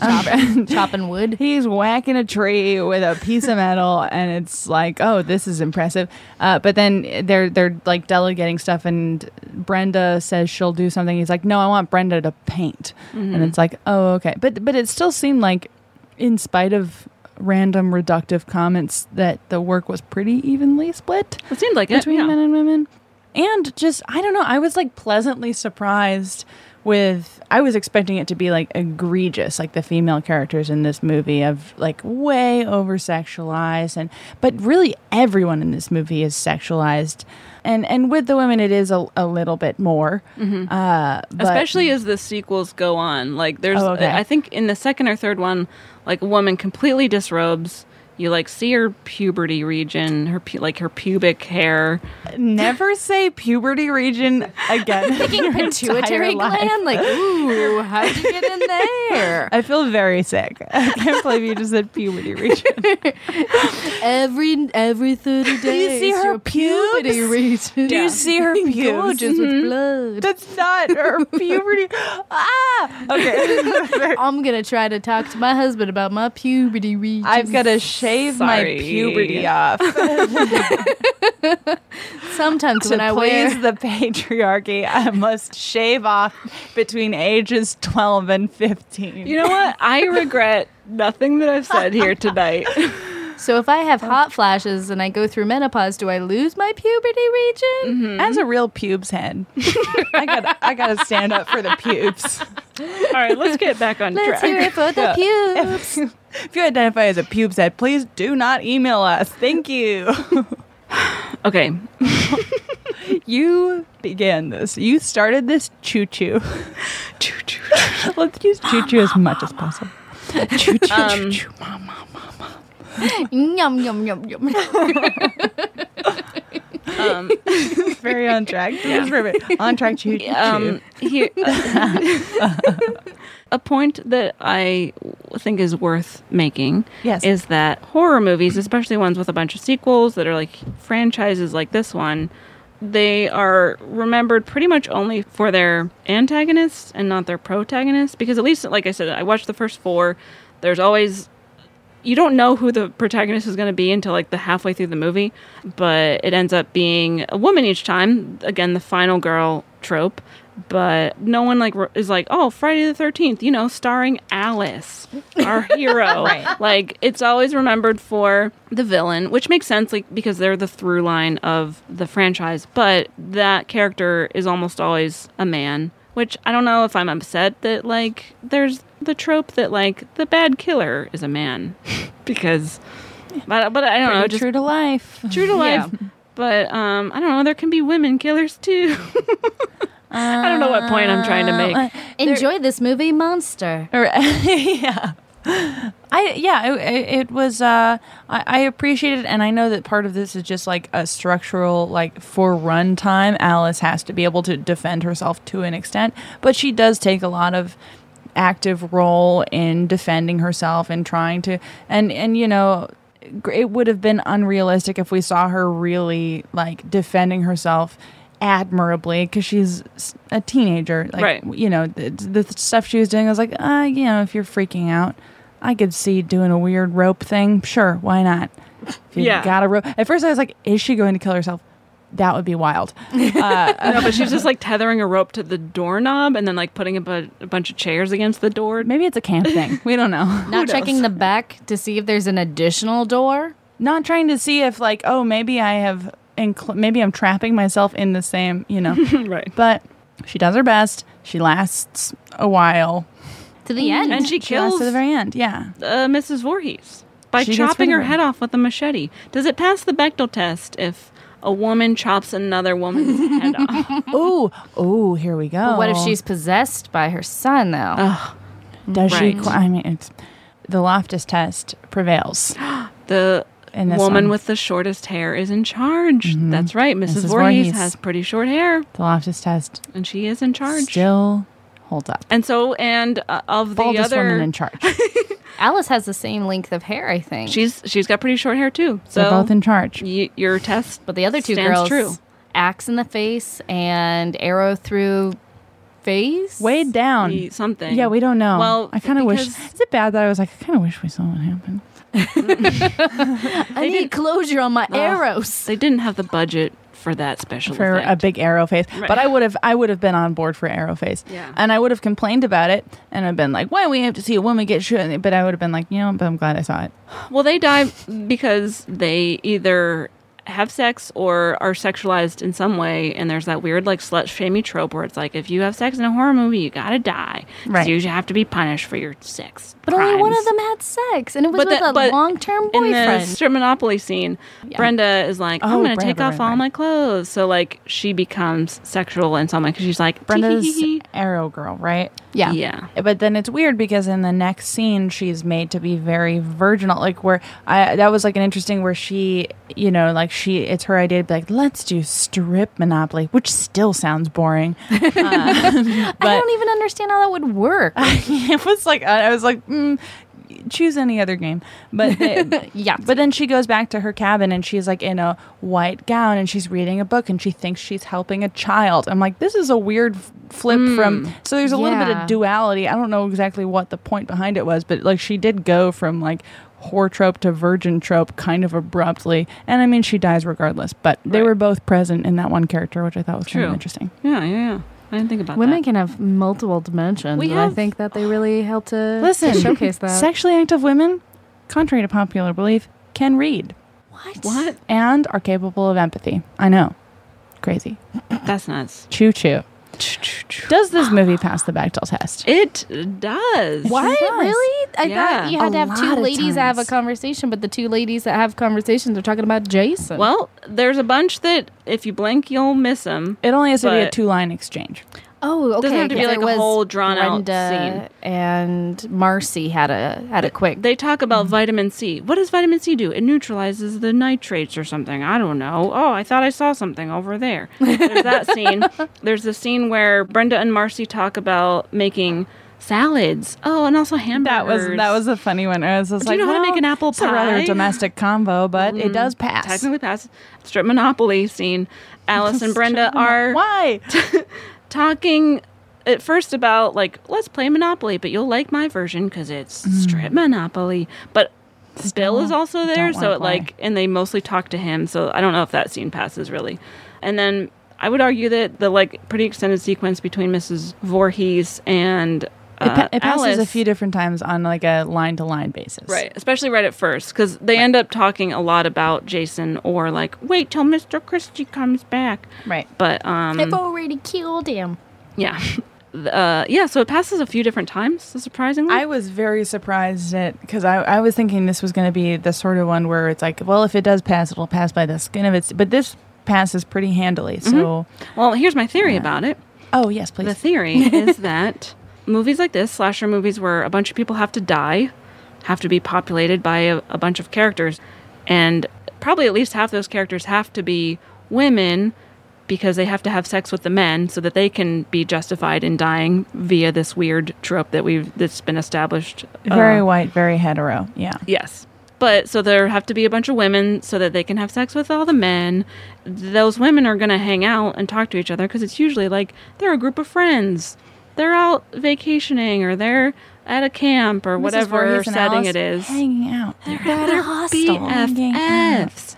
Speaker 5: chopping wood.
Speaker 6: He's whacking a tree with a piece of metal, and it's like, oh, this is impressive. Uh, but then they're they're like delegating stuff, and Brenda says she'll do something. He's like, no, I want Brenda to paint, and it's like, oh, okay. But but it still seemed like, in spite of random reductive comments, that the work was pretty evenly split
Speaker 1: It seemed like it.
Speaker 6: between
Speaker 1: Yeah.
Speaker 6: men and women. And just I don't know, I was like pleasantly surprised with I was expecting it to be like egregious, like the female characters in this movie of like way over sexualized and but really everyone in this movie is sexualized. And and with the women it is a, a little bit more.
Speaker 5: Mm-hmm.
Speaker 6: Uh but-
Speaker 1: Especially as the sequels go on. Like there's,
Speaker 6: Oh, okay.
Speaker 1: I think in the second or third one, like a woman completely disrobes. You like see her puberty region, her pu- like her pubic hair.
Speaker 6: never say puberty region again.
Speaker 5: Thinking
Speaker 6: your
Speaker 5: pituitary
Speaker 6: entire life.
Speaker 5: gland. Like, ooh, how'd you get in there?
Speaker 6: I feel very sick. I can't believe you just said puberty region.
Speaker 5: every every thirty days. your puberty region.
Speaker 6: Do you see her pubes?
Speaker 5: Gorgeous with blood.
Speaker 6: That's not her puberty. ah, okay.
Speaker 5: I'm gonna try to talk to my husband about my puberty region.
Speaker 6: I've got to shave
Speaker 1: Sorry.
Speaker 6: my puberty off to
Speaker 5: Sometimes when I wear,
Speaker 6: please the patriarchy. I must shave off between ages twelve and fifteen.
Speaker 1: You know what? I regret nothing that I've said here tonight. Mm-hmm.
Speaker 5: So if I have
Speaker 6: Oh.
Speaker 5: hot flashes and I go through menopause, do I lose my puberty region?
Speaker 6: As a real pubes head, I got I got to stand up for the pubes.
Speaker 1: All right, let's get back on
Speaker 5: Let's hear it for the pubes.
Speaker 6: If you identify as a pubes head, please do not email us. Thank you.
Speaker 1: okay.
Speaker 6: you began this. You started this choo choo. choo choo. Let's use choo choo as much as possible. Choo choo choo choo.
Speaker 5: yum yum yum yum.
Speaker 1: Um,
Speaker 6: Very on track. This is perfect. On track choo choo.
Speaker 1: um, here, a point that I think is worth making
Speaker 6: Yes.
Speaker 1: is that horror movies, especially ones with a bunch of sequels that are like franchises like this one, they are remembered pretty much only for their antagonists and not their protagonists. Because at least, like I said, I watched the first four. There's always you don't know who the protagonist is going to be until like the halfway through the movie, but it ends up being a woman each time. Again, the final girl trope, but no one like re- is like, "Oh, Friday the 13th, you know, starring Alice, our hero." Like it's always remembered for the villain, which makes sense like because they're the through line of the franchise, but that character is almost always a man which I don't know if I'm upset that like there's the trope that like the bad killer is a man because but but I don't know just
Speaker 5: to life.
Speaker 1: true to life. But um I don't know there can be women killers too. I don't know what point I'm trying
Speaker 6: Um,
Speaker 1: to make.
Speaker 5: Enjoy this movie, Monster.
Speaker 6: Or- yeah. I yeah, it, it- it was. Uh, I, I appreciate it, and I know that part of this is just like a structural, like for run time. Alice has to be able to defend herself to an extent, uh, but she does take a lot of active role in defending herself and trying to and and you know gr- it would have been unrealistic if we saw her really like defending herself admirably because she's s-
Speaker 1: uh,
Speaker 6: a teenager like
Speaker 1: Right.
Speaker 6: you know the, the stuff she was doing i was like uh you know if you're freaking out i could see doing a weird rope thing sure why not if you
Speaker 1: Yeah.
Speaker 6: got a rope at first i was like is she going to kill herself that would be wild
Speaker 1: No, but she's just like tethering a rope to the doorknob and then like putting a, bu- a bunch of chairs against the door.
Speaker 6: maybe it's a camp thing we don't know
Speaker 5: Not checking the back to see if there's an additional door.
Speaker 6: not trying to see if like oh maybe i have incl- maybe i'm trapping myself in the same you know
Speaker 1: Right.
Speaker 6: but she does her best she lasts a while
Speaker 5: To the end.
Speaker 1: And she
Speaker 6: she lasts
Speaker 1: kills
Speaker 6: to the very end yeah
Speaker 1: uh, Mrs. Voorhees by
Speaker 6: She gets
Speaker 1: chopping
Speaker 6: rid
Speaker 1: her
Speaker 6: of
Speaker 1: head off with a machete. Does it pass the Bechtel test if a woman chops another woman's head off?
Speaker 6: oh oh here we go
Speaker 5: But what if she's possessed by her son, though?
Speaker 6: does she
Speaker 1: Right.
Speaker 6: qu- i mean it's the loftus test prevails
Speaker 1: The
Speaker 6: In this
Speaker 1: woman
Speaker 6: one.
Speaker 1: with the shortest hair is in charge.
Speaker 6: Mm-hmm.
Speaker 1: That's right. Mrs.
Speaker 6: Mrs.
Speaker 1: Voorhees
Speaker 6: Voorhees.
Speaker 1: has pretty short hair,
Speaker 6: the loftus test
Speaker 1: and she is in charge.
Speaker 6: still holds up
Speaker 1: And so, and uh, of the
Speaker 6: Baldest
Speaker 1: other,
Speaker 6: woman in charge.
Speaker 5: Alice has the same length of hair, I think.
Speaker 1: she's she's got pretty short hair too. So
Speaker 6: They're both in charge.
Speaker 1: y- your test,
Speaker 5: but the other two girls,
Speaker 1: stands true.
Speaker 5: axe in the face and arrow through face.
Speaker 6: Weighed down.
Speaker 1: Y- something.
Speaker 6: Yeah, we don't know.
Speaker 1: Well,
Speaker 6: I kind of wish.
Speaker 1: because-
Speaker 6: Is it bad that I was like, I kind of wish we saw what happened?
Speaker 5: I need closure on my arrows.
Speaker 1: They didn't have the budget for that special
Speaker 6: for
Speaker 1: effect.
Speaker 6: a big arrow face. But I would have I would have been on board for arrow face.
Speaker 1: Yeah.
Speaker 6: And I would have complained about it and I've been like, why do we have to see a woman get shot? But I would have been like, you know, but I'm glad I saw it.
Speaker 1: Well, they die because they either have sex or are sexualized in some way, and there's that weird like slut shamey trope where it's like if you have sex in a horror movie, you gotta die. 'Cause
Speaker 6: Right.
Speaker 1: You should have to be punished for your sex.
Speaker 5: But only one of
Speaker 1: crimes.
Speaker 5: them had sex, and it was with
Speaker 1: that-
Speaker 5: a long-term
Speaker 1: In the
Speaker 5: boyfriend.
Speaker 1: strip monopoly scene, Brenda is like, I'm
Speaker 6: Oh,
Speaker 1: gonna
Speaker 6: Brenda,
Speaker 1: take
Speaker 6: right,
Speaker 1: off all
Speaker 6: right.
Speaker 1: my clothes. So like she becomes sexual in some way because she's like
Speaker 6: Brenda's
Speaker 1: "Tee-hee-hee-hee."
Speaker 6: arrow girl, right?
Speaker 5: yeah.
Speaker 1: Yeah.
Speaker 6: But then it's weird because in the next scene she's made to be very virginal. Like where I that was like an interesting where she you know, like she it's her idea to be like, let's do strip monopoly, which still sounds boring. Uh,
Speaker 5: I don't even understand how that would work.
Speaker 6: it was like I I was like, mm, choose any other game, but they-
Speaker 5: Yeah.
Speaker 6: But then she goes back to her cabin and she's like in a white gown and she's reading a book and she thinks she's helping a child. I'm like, this is a weird f- flip from. So there's a little bit
Speaker 5: Yeah.
Speaker 6: of duality. I don't know exactly what the point behind it was, but like she did go from like whore trope to virgin trope kind of abruptly. And I mean, she dies regardless, but they
Speaker 1: Right.
Speaker 6: were both present in that one character, which I thought was kind
Speaker 1: True.
Speaker 6: of interesting.
Speaker 1: Yeah, yeah, yeah. I didn't think about
Speaker 5: Women
Speaker 1: that.
Speaker 5: can have multiple dimensions.
Speaker 1: We
Speaker 5: and I
Speaker 1: have-
Speaker 5: think that they really help to, to
Speaker 6: Listen,
Speaker 5: showcase that.
Speaker 6: Sexually active women, contrary to popular belief, can read.
Speaker 5: What?
Speaker 1: What?
Speaker 6: And are capable of empathy. I know. Crazy.
Speaker 1: That's nuts.
Speaker 6: Choo choo. Does this movie pass the Bechdel test?
Speaker 1: It does.
Speaker 5: What? Really? I
Speaker 1: Yeah.
Speaker 5: thought you had
Speaker 1: A
Speaker 5: to have two
Speaker 1: lot of
Speaker 5: ladies have a
Speaker 1: times.
Speaker 5: conversation, but the two ladies that have conversations are talking about Jason.
Speaker 1: Well, there's a bunch that if you blink, you'll miss them.
Speaker 6: It only has to be a two line exchange.
Speaker 5: oh, okay.
Speaker 1: doesn't have to be
Speaker 5: because
Speaker 1: like
Speaker 5: it
Speaker 1: a
Speaker 5: was
Speaker 1: whole drawn-out
Speaker 5: Brenda And Marcy had a had a quick.
Speaker 1: They talk
Speaker 6: Mm-hmm.
Speaker 1: about vitamin C. What does vitamin C do? It neutralizes the nitrates or something. I don't know. Oh, I thought I saw something over there. There's that scene. There's the scene where Brenda and Marcy talk about making salads. Oh, and also
Speaker 6: That
Speaker 1: hamburgers.
Speaker 6: was that was a funny one. I was just
Speaker 1: Do
Speaker 6: like,
Speaker 1: you know how to
Speaker 6: well,
Speaker 1: make an apple
Speaker 6: It's a rather
Speaker 1: pie? Mm-hmm.
Speaker 6: domestic combo, but it does pass.
Speaker 1: technically pass strip monopoly scene. Alice and Brenda are
Speaker 6: why
Speaker 1: talking at first about like let's play Monopoly, but you'll like my version because it's strip Monopoly. But Bill is also there,
Speaker 6: don't
Speaker 1: so
Speaker 6: wanna
Speaker 1: it like and they mostly talk to him. So I don't know if that scene passes really. And then I would argue that the like pretty extended sequence between Mrs. Voorhees and uh,
Speaker 6: it, pa- it passes
Speaker 1: Alice,
Speaker 6: a few different times on like a line to line basis.
Speaker 1: Right, especially right at first, because they end up talking a lot about Jason or like, wait till Mr. Christie comes back.
Speaker 6: Right.
Speaker 1: But um,
Speaker 5: I've already killed him.
Speaker 1: yeah, uh, yeah. So it passes a few different times, surprisingly.
Speaker 6: I was very surprised at because I, I was thinking this was going to be the sort of one where it's like, well, if it does pass, it'll pass by the skin of its. But this passes pretty handily. So,
Speaker 1: well, here's my theory about it.
Speaker 6: oh yes, please.
Speaker 1: The theory is that movies like this, slasher movies where a bunch of people have to die, have to be populated by a, a bunch of characters, and probably at least half those characters have to be women because they have to have sex with the men so that they can be justified in dying via this weird trope that we've that's been established. uh,
Speaker 6: very white, very hetero. Yeah.
Speaker 1: Yes. But so there have to be a bunch of women so that they can have sex with all the men. Those women are going to hang out and talk to each other because it's usually like they're a group of friends. They're out vacationing or they're at a camp or whatever
Speaker 6: Voorhees and
Speaker 1: setting
Speaker 6: Alice
Speaker 1: it is.
Speaker 6: Hanging out.
Speaker 1: They're BFFs.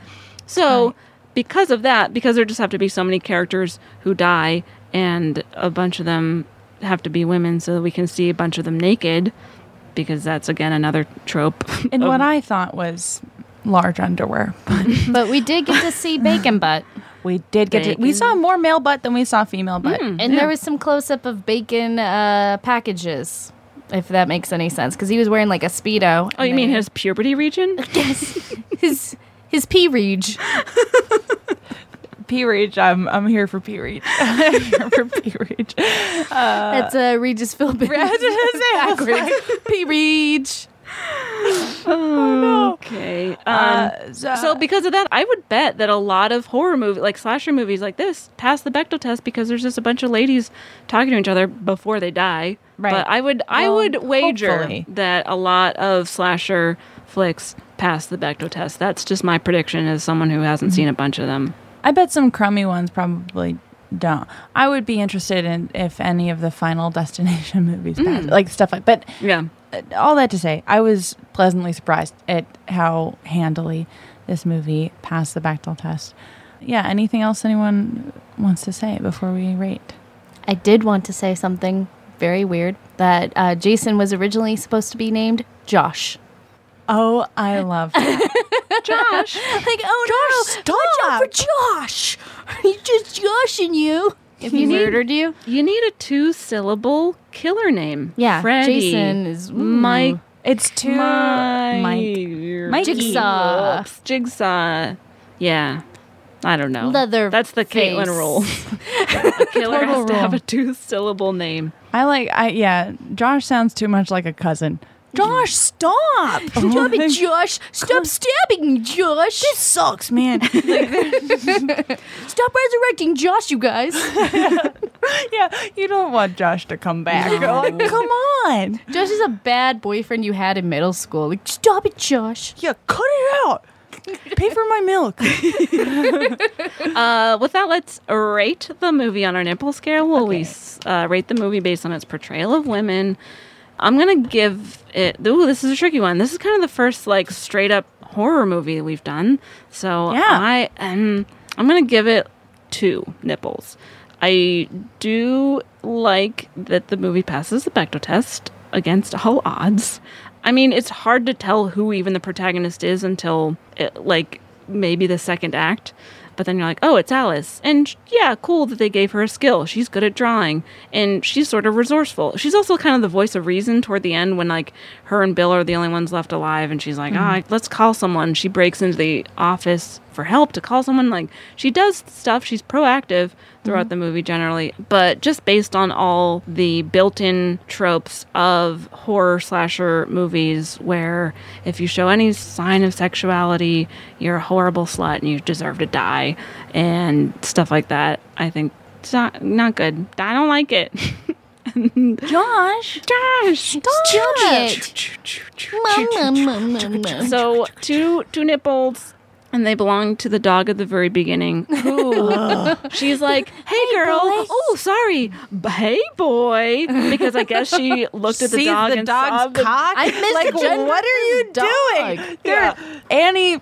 Speaker 1: So because of that, because there just have to be so many characters who die and a bunch of them have to be women so that we can see a bunch of them naked because that's again another trope.
Speaker 6: And
Speaker 1: of
Speaker 6: what I thought was large underwear.
Speaker 5: But we did get to see Bacon Butt.
Speaker 6: We did get to, we
Speaker 1: Bacon.
Speaker 6: saw more male butt than we saw female butt.
Speaker 1: Mm,
Speaker 5: And there was some close up of bacon uh, packages, if that makes any sense, because he was wearing like a speedo.
Speaker 1: Oh, you mean his puberty region?
Speaker 5: yes, his his pee reach.
Speaker 6: P Reach, I'm I'm here for P Reach. I'm here for P Reach.
Speaker 5: That's a uh, Regis Philbin.
Speaker 6: P Reach.
Speaker 1: Okay. Um,
Speaker 6: uh,
Speaker 1: so, because of that, I would bet that a lot of horror movie, like slasher movies like this, pass the Bechdel test because there's just a bunch of ladies talking to each other before they die.
Speaker 6: Right.
Speaker 1: But I would, I
Speaker 6: Well,
Speaker 1: would wager
Speaker 6: hopefully.
Speaker 1: that a lot of slasher flicks pass the Bechdel test. That's just my prediction as someone who hasn't seen a bunch of them.
Speaker 6: I bet some crummy ones probably don't. I would be interested in if any of the Final Destination movies, pass, like stuff like. But
Speaker 1: Yeah.
Speaker 6: uh, all that to say, I was pleasantly surprised at how handily this movie passed the Bechdel test. Yeah. Anything else anyone wants to say before we rate?
Speaker 5: I did want to say something very weird that uh, Jason was originally supposed to be named Josh.
Speaker 6: Oh, I love that.
Speaker 1: Josh.
Speaker 5: Like, oh
Speaker 6: Josh,
Speaker 5: no,
Speaker 6: stop.
Speaker 5: watch out for Josh. He's just joshing you. If he murdered you,
Speaker 1: You need a two-syllable killer name.
Speaker 5: Yeah,
Speaker 1: Freddy,
Speaker 5: Jason is-
Speaker 1: Mike.
Speaker 6: mm, it's too Mike.
Speaker 1: Mike.
Speaker 5: Jigsaw.
Speaker 1: Oops, Jigsaw. Yeah. I don't know.
Speaker 5: Leather
Speaker 1: That's the
Speaker 5: face.
Speaker 1: Caitlin rule. a killer
Speaker 6: Total
Speaker 1: has to have
Speaker 6: rule.
Speaker 1: a two syllable name.
Speaker 6: I like I yeah, Josh sounds too much like a cousin. Josh, stop! Stop it,
Speaker 5: Josh, stop stabbing me, Josh.
Speaker 6: sucks, man.
Speaker 5: Stop resurrecting Josh, you guys.
Speaker 6: yeah, you don't want Josh to come back. Like, come on.
Speaker 5: Josh is a bad boyfriend you had in middle school. Like, stop it, Josh.
Speaker 6: Yeah, cut it out. Pay for my milk.
Speaker 1: Uh, with that, let's rate the movie on our nipple scale. Will we uh, rate the movie based on its portrayal of women? I'm gonna give it. Ooh, this is a tricky one. This is kind of the first like straight up horror movie we've done. So
Speaker 6: Yeah.
Speaker 1: I am. I'm gonna give it two nipples. I do like that the movie passes the Bechdel test against all odds.
Speaker 3: I mean, it's hard to tell who even the protagonist is until it, like maybe the second act. But then you're like, oh, it's Alice. And sh- yeah, cool that they gave her a skill. She's good at drawing and she's sort of resourceful. She's also kind of the voice of reason toward the end when, like, her and Bill are the only ones left alive. And she's like,
Speaker 8: Mhm.
Speaker 3: ah, let's call someone. She breaks into the office for help to call someone. Like, she does stuff. She's proactive throughout
Speaker 8: Mhm.
Speaker 3: the movie generally. But just based on all the built in tropes of horror slasher movies, where if you show any sign of sexuality, you're a horrible slut and you deserve to die, and stuff like that, I think it's not, not good. I don't like it.
Speaker 1: Josh.
Speaker 3: Josh. so two two nipples and they belong to the dog at the very beginning who she's like hey, girl oh sorry B- hey boy because i guess she looked at the
Speaker 1: Sees
Speaker 3: dog
Speaker 1: the
Speaker 3: and
Speaker 1: dog's
Speaker 3: saw the-
Speaker 1: cock. I
Speaker 3: like what
Speaker 1: are you doing? There- Annie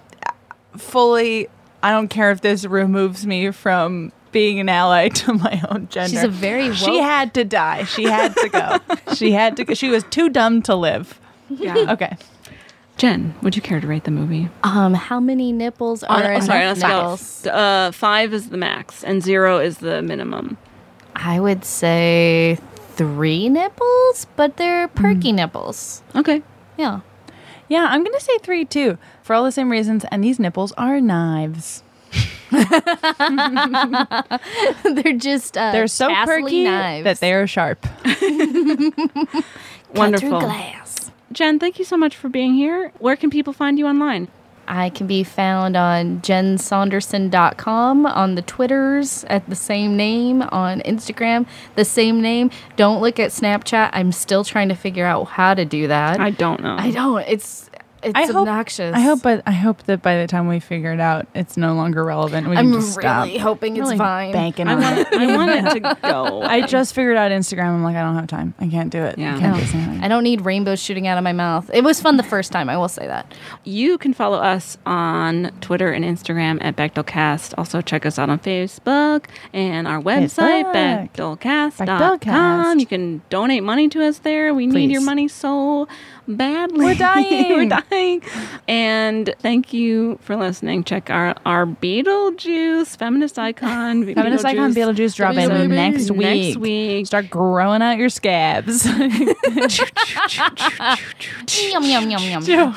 Speaker 1: fully. I don't care if this removes me from being an ally to my own gender.
Speaker 9: a very
Speaker 1: She
Speaker 9: woke-
Speaker 1: had to die. She had to go. she had to. go. She was too dumb to live.
Speaker 3: Yeah.
Speaker 1: Okay.
Speaker 3: jen would you care to rate the movie
Speaker 9: Um, how many nipples
Speaker 3: On-
Speaker 9: are
Speaker 3: oh,
Speaker 9: in
Speaker 3: sorry,
Speaker 9: a
Speaker 3: on a scale-
Speaker 9: nipples?
Speaker 3: uh, five is the max and zero is the minimum
Speaker 9: I would say three nipples, but they're perky nipples.
Speaker 3: Okay.
Speaker 9: Yeah.
Speaker 1: Yeah, I'm gonna say three too, for all the same reasons. And these nipples are knives.
Speaker 9: they're just uh,
Speaker 1: They're so
Speaker 9: tassel-y
Speaker 1: perky
Speaker 9: knives.
Speaker 1: that they are sharp.
Speaker 3: wonderful
Speaker 9: glass.
Speaker 3: jen thank you so much for being here where can people find you online
Speaker 9: I can be found on jensaunderson.com, on the Twitters at the same name, on Instagram, the same name. Don't look at Snapchat. I'm still trying to figure out how to do that.
Speaker 3: I don't know.
Speaker 9: I don't. It's it's
Speaker 1: I hope-
Speaker 9: obnoxious.
Speaker 1: I hope, but I hope that by the time we figure it out, it's no longer relevant. We
Speaker 9: I'm
Speaker 1: can just stop.
Speaker 9: really hoping it's
Speaker 1: Really
Speaker 9: fine.
Speaker 1: Banking on it.
Speaker 3: I want it to go.
Speaker 1: I just figured out Instagram. I'm like, I don't have time. I can't do it. I can't do Snapchat.
Speaker 9: I don't need rainbows shooting out of my mouth. It was fun the first time, I will say that.
Speaker 3: You can follow us on Twitter and Instagram at Bechdelcast. Also, check us out on Facebook and our website,
Speaker 1: Facebook.
Speaker 3: Bechdelcast.com. You can donate money to us there. We need
Speaker 1: Please.
Speaker 3: your money so badly.
Speaker 1: We're dying.
Speaker 3: We're dying. And thank you for listening. Check our, our Beetlejuice feminist icon.
Speaker 1: Feminist Icon Beetlejuice drop in
Speaker 3: episode
Speaker 1: next week.
Speaker 3: Next week.
Speaker 1: Start growing out your scabs.
Speaker 9: yum, yum, yum, yum.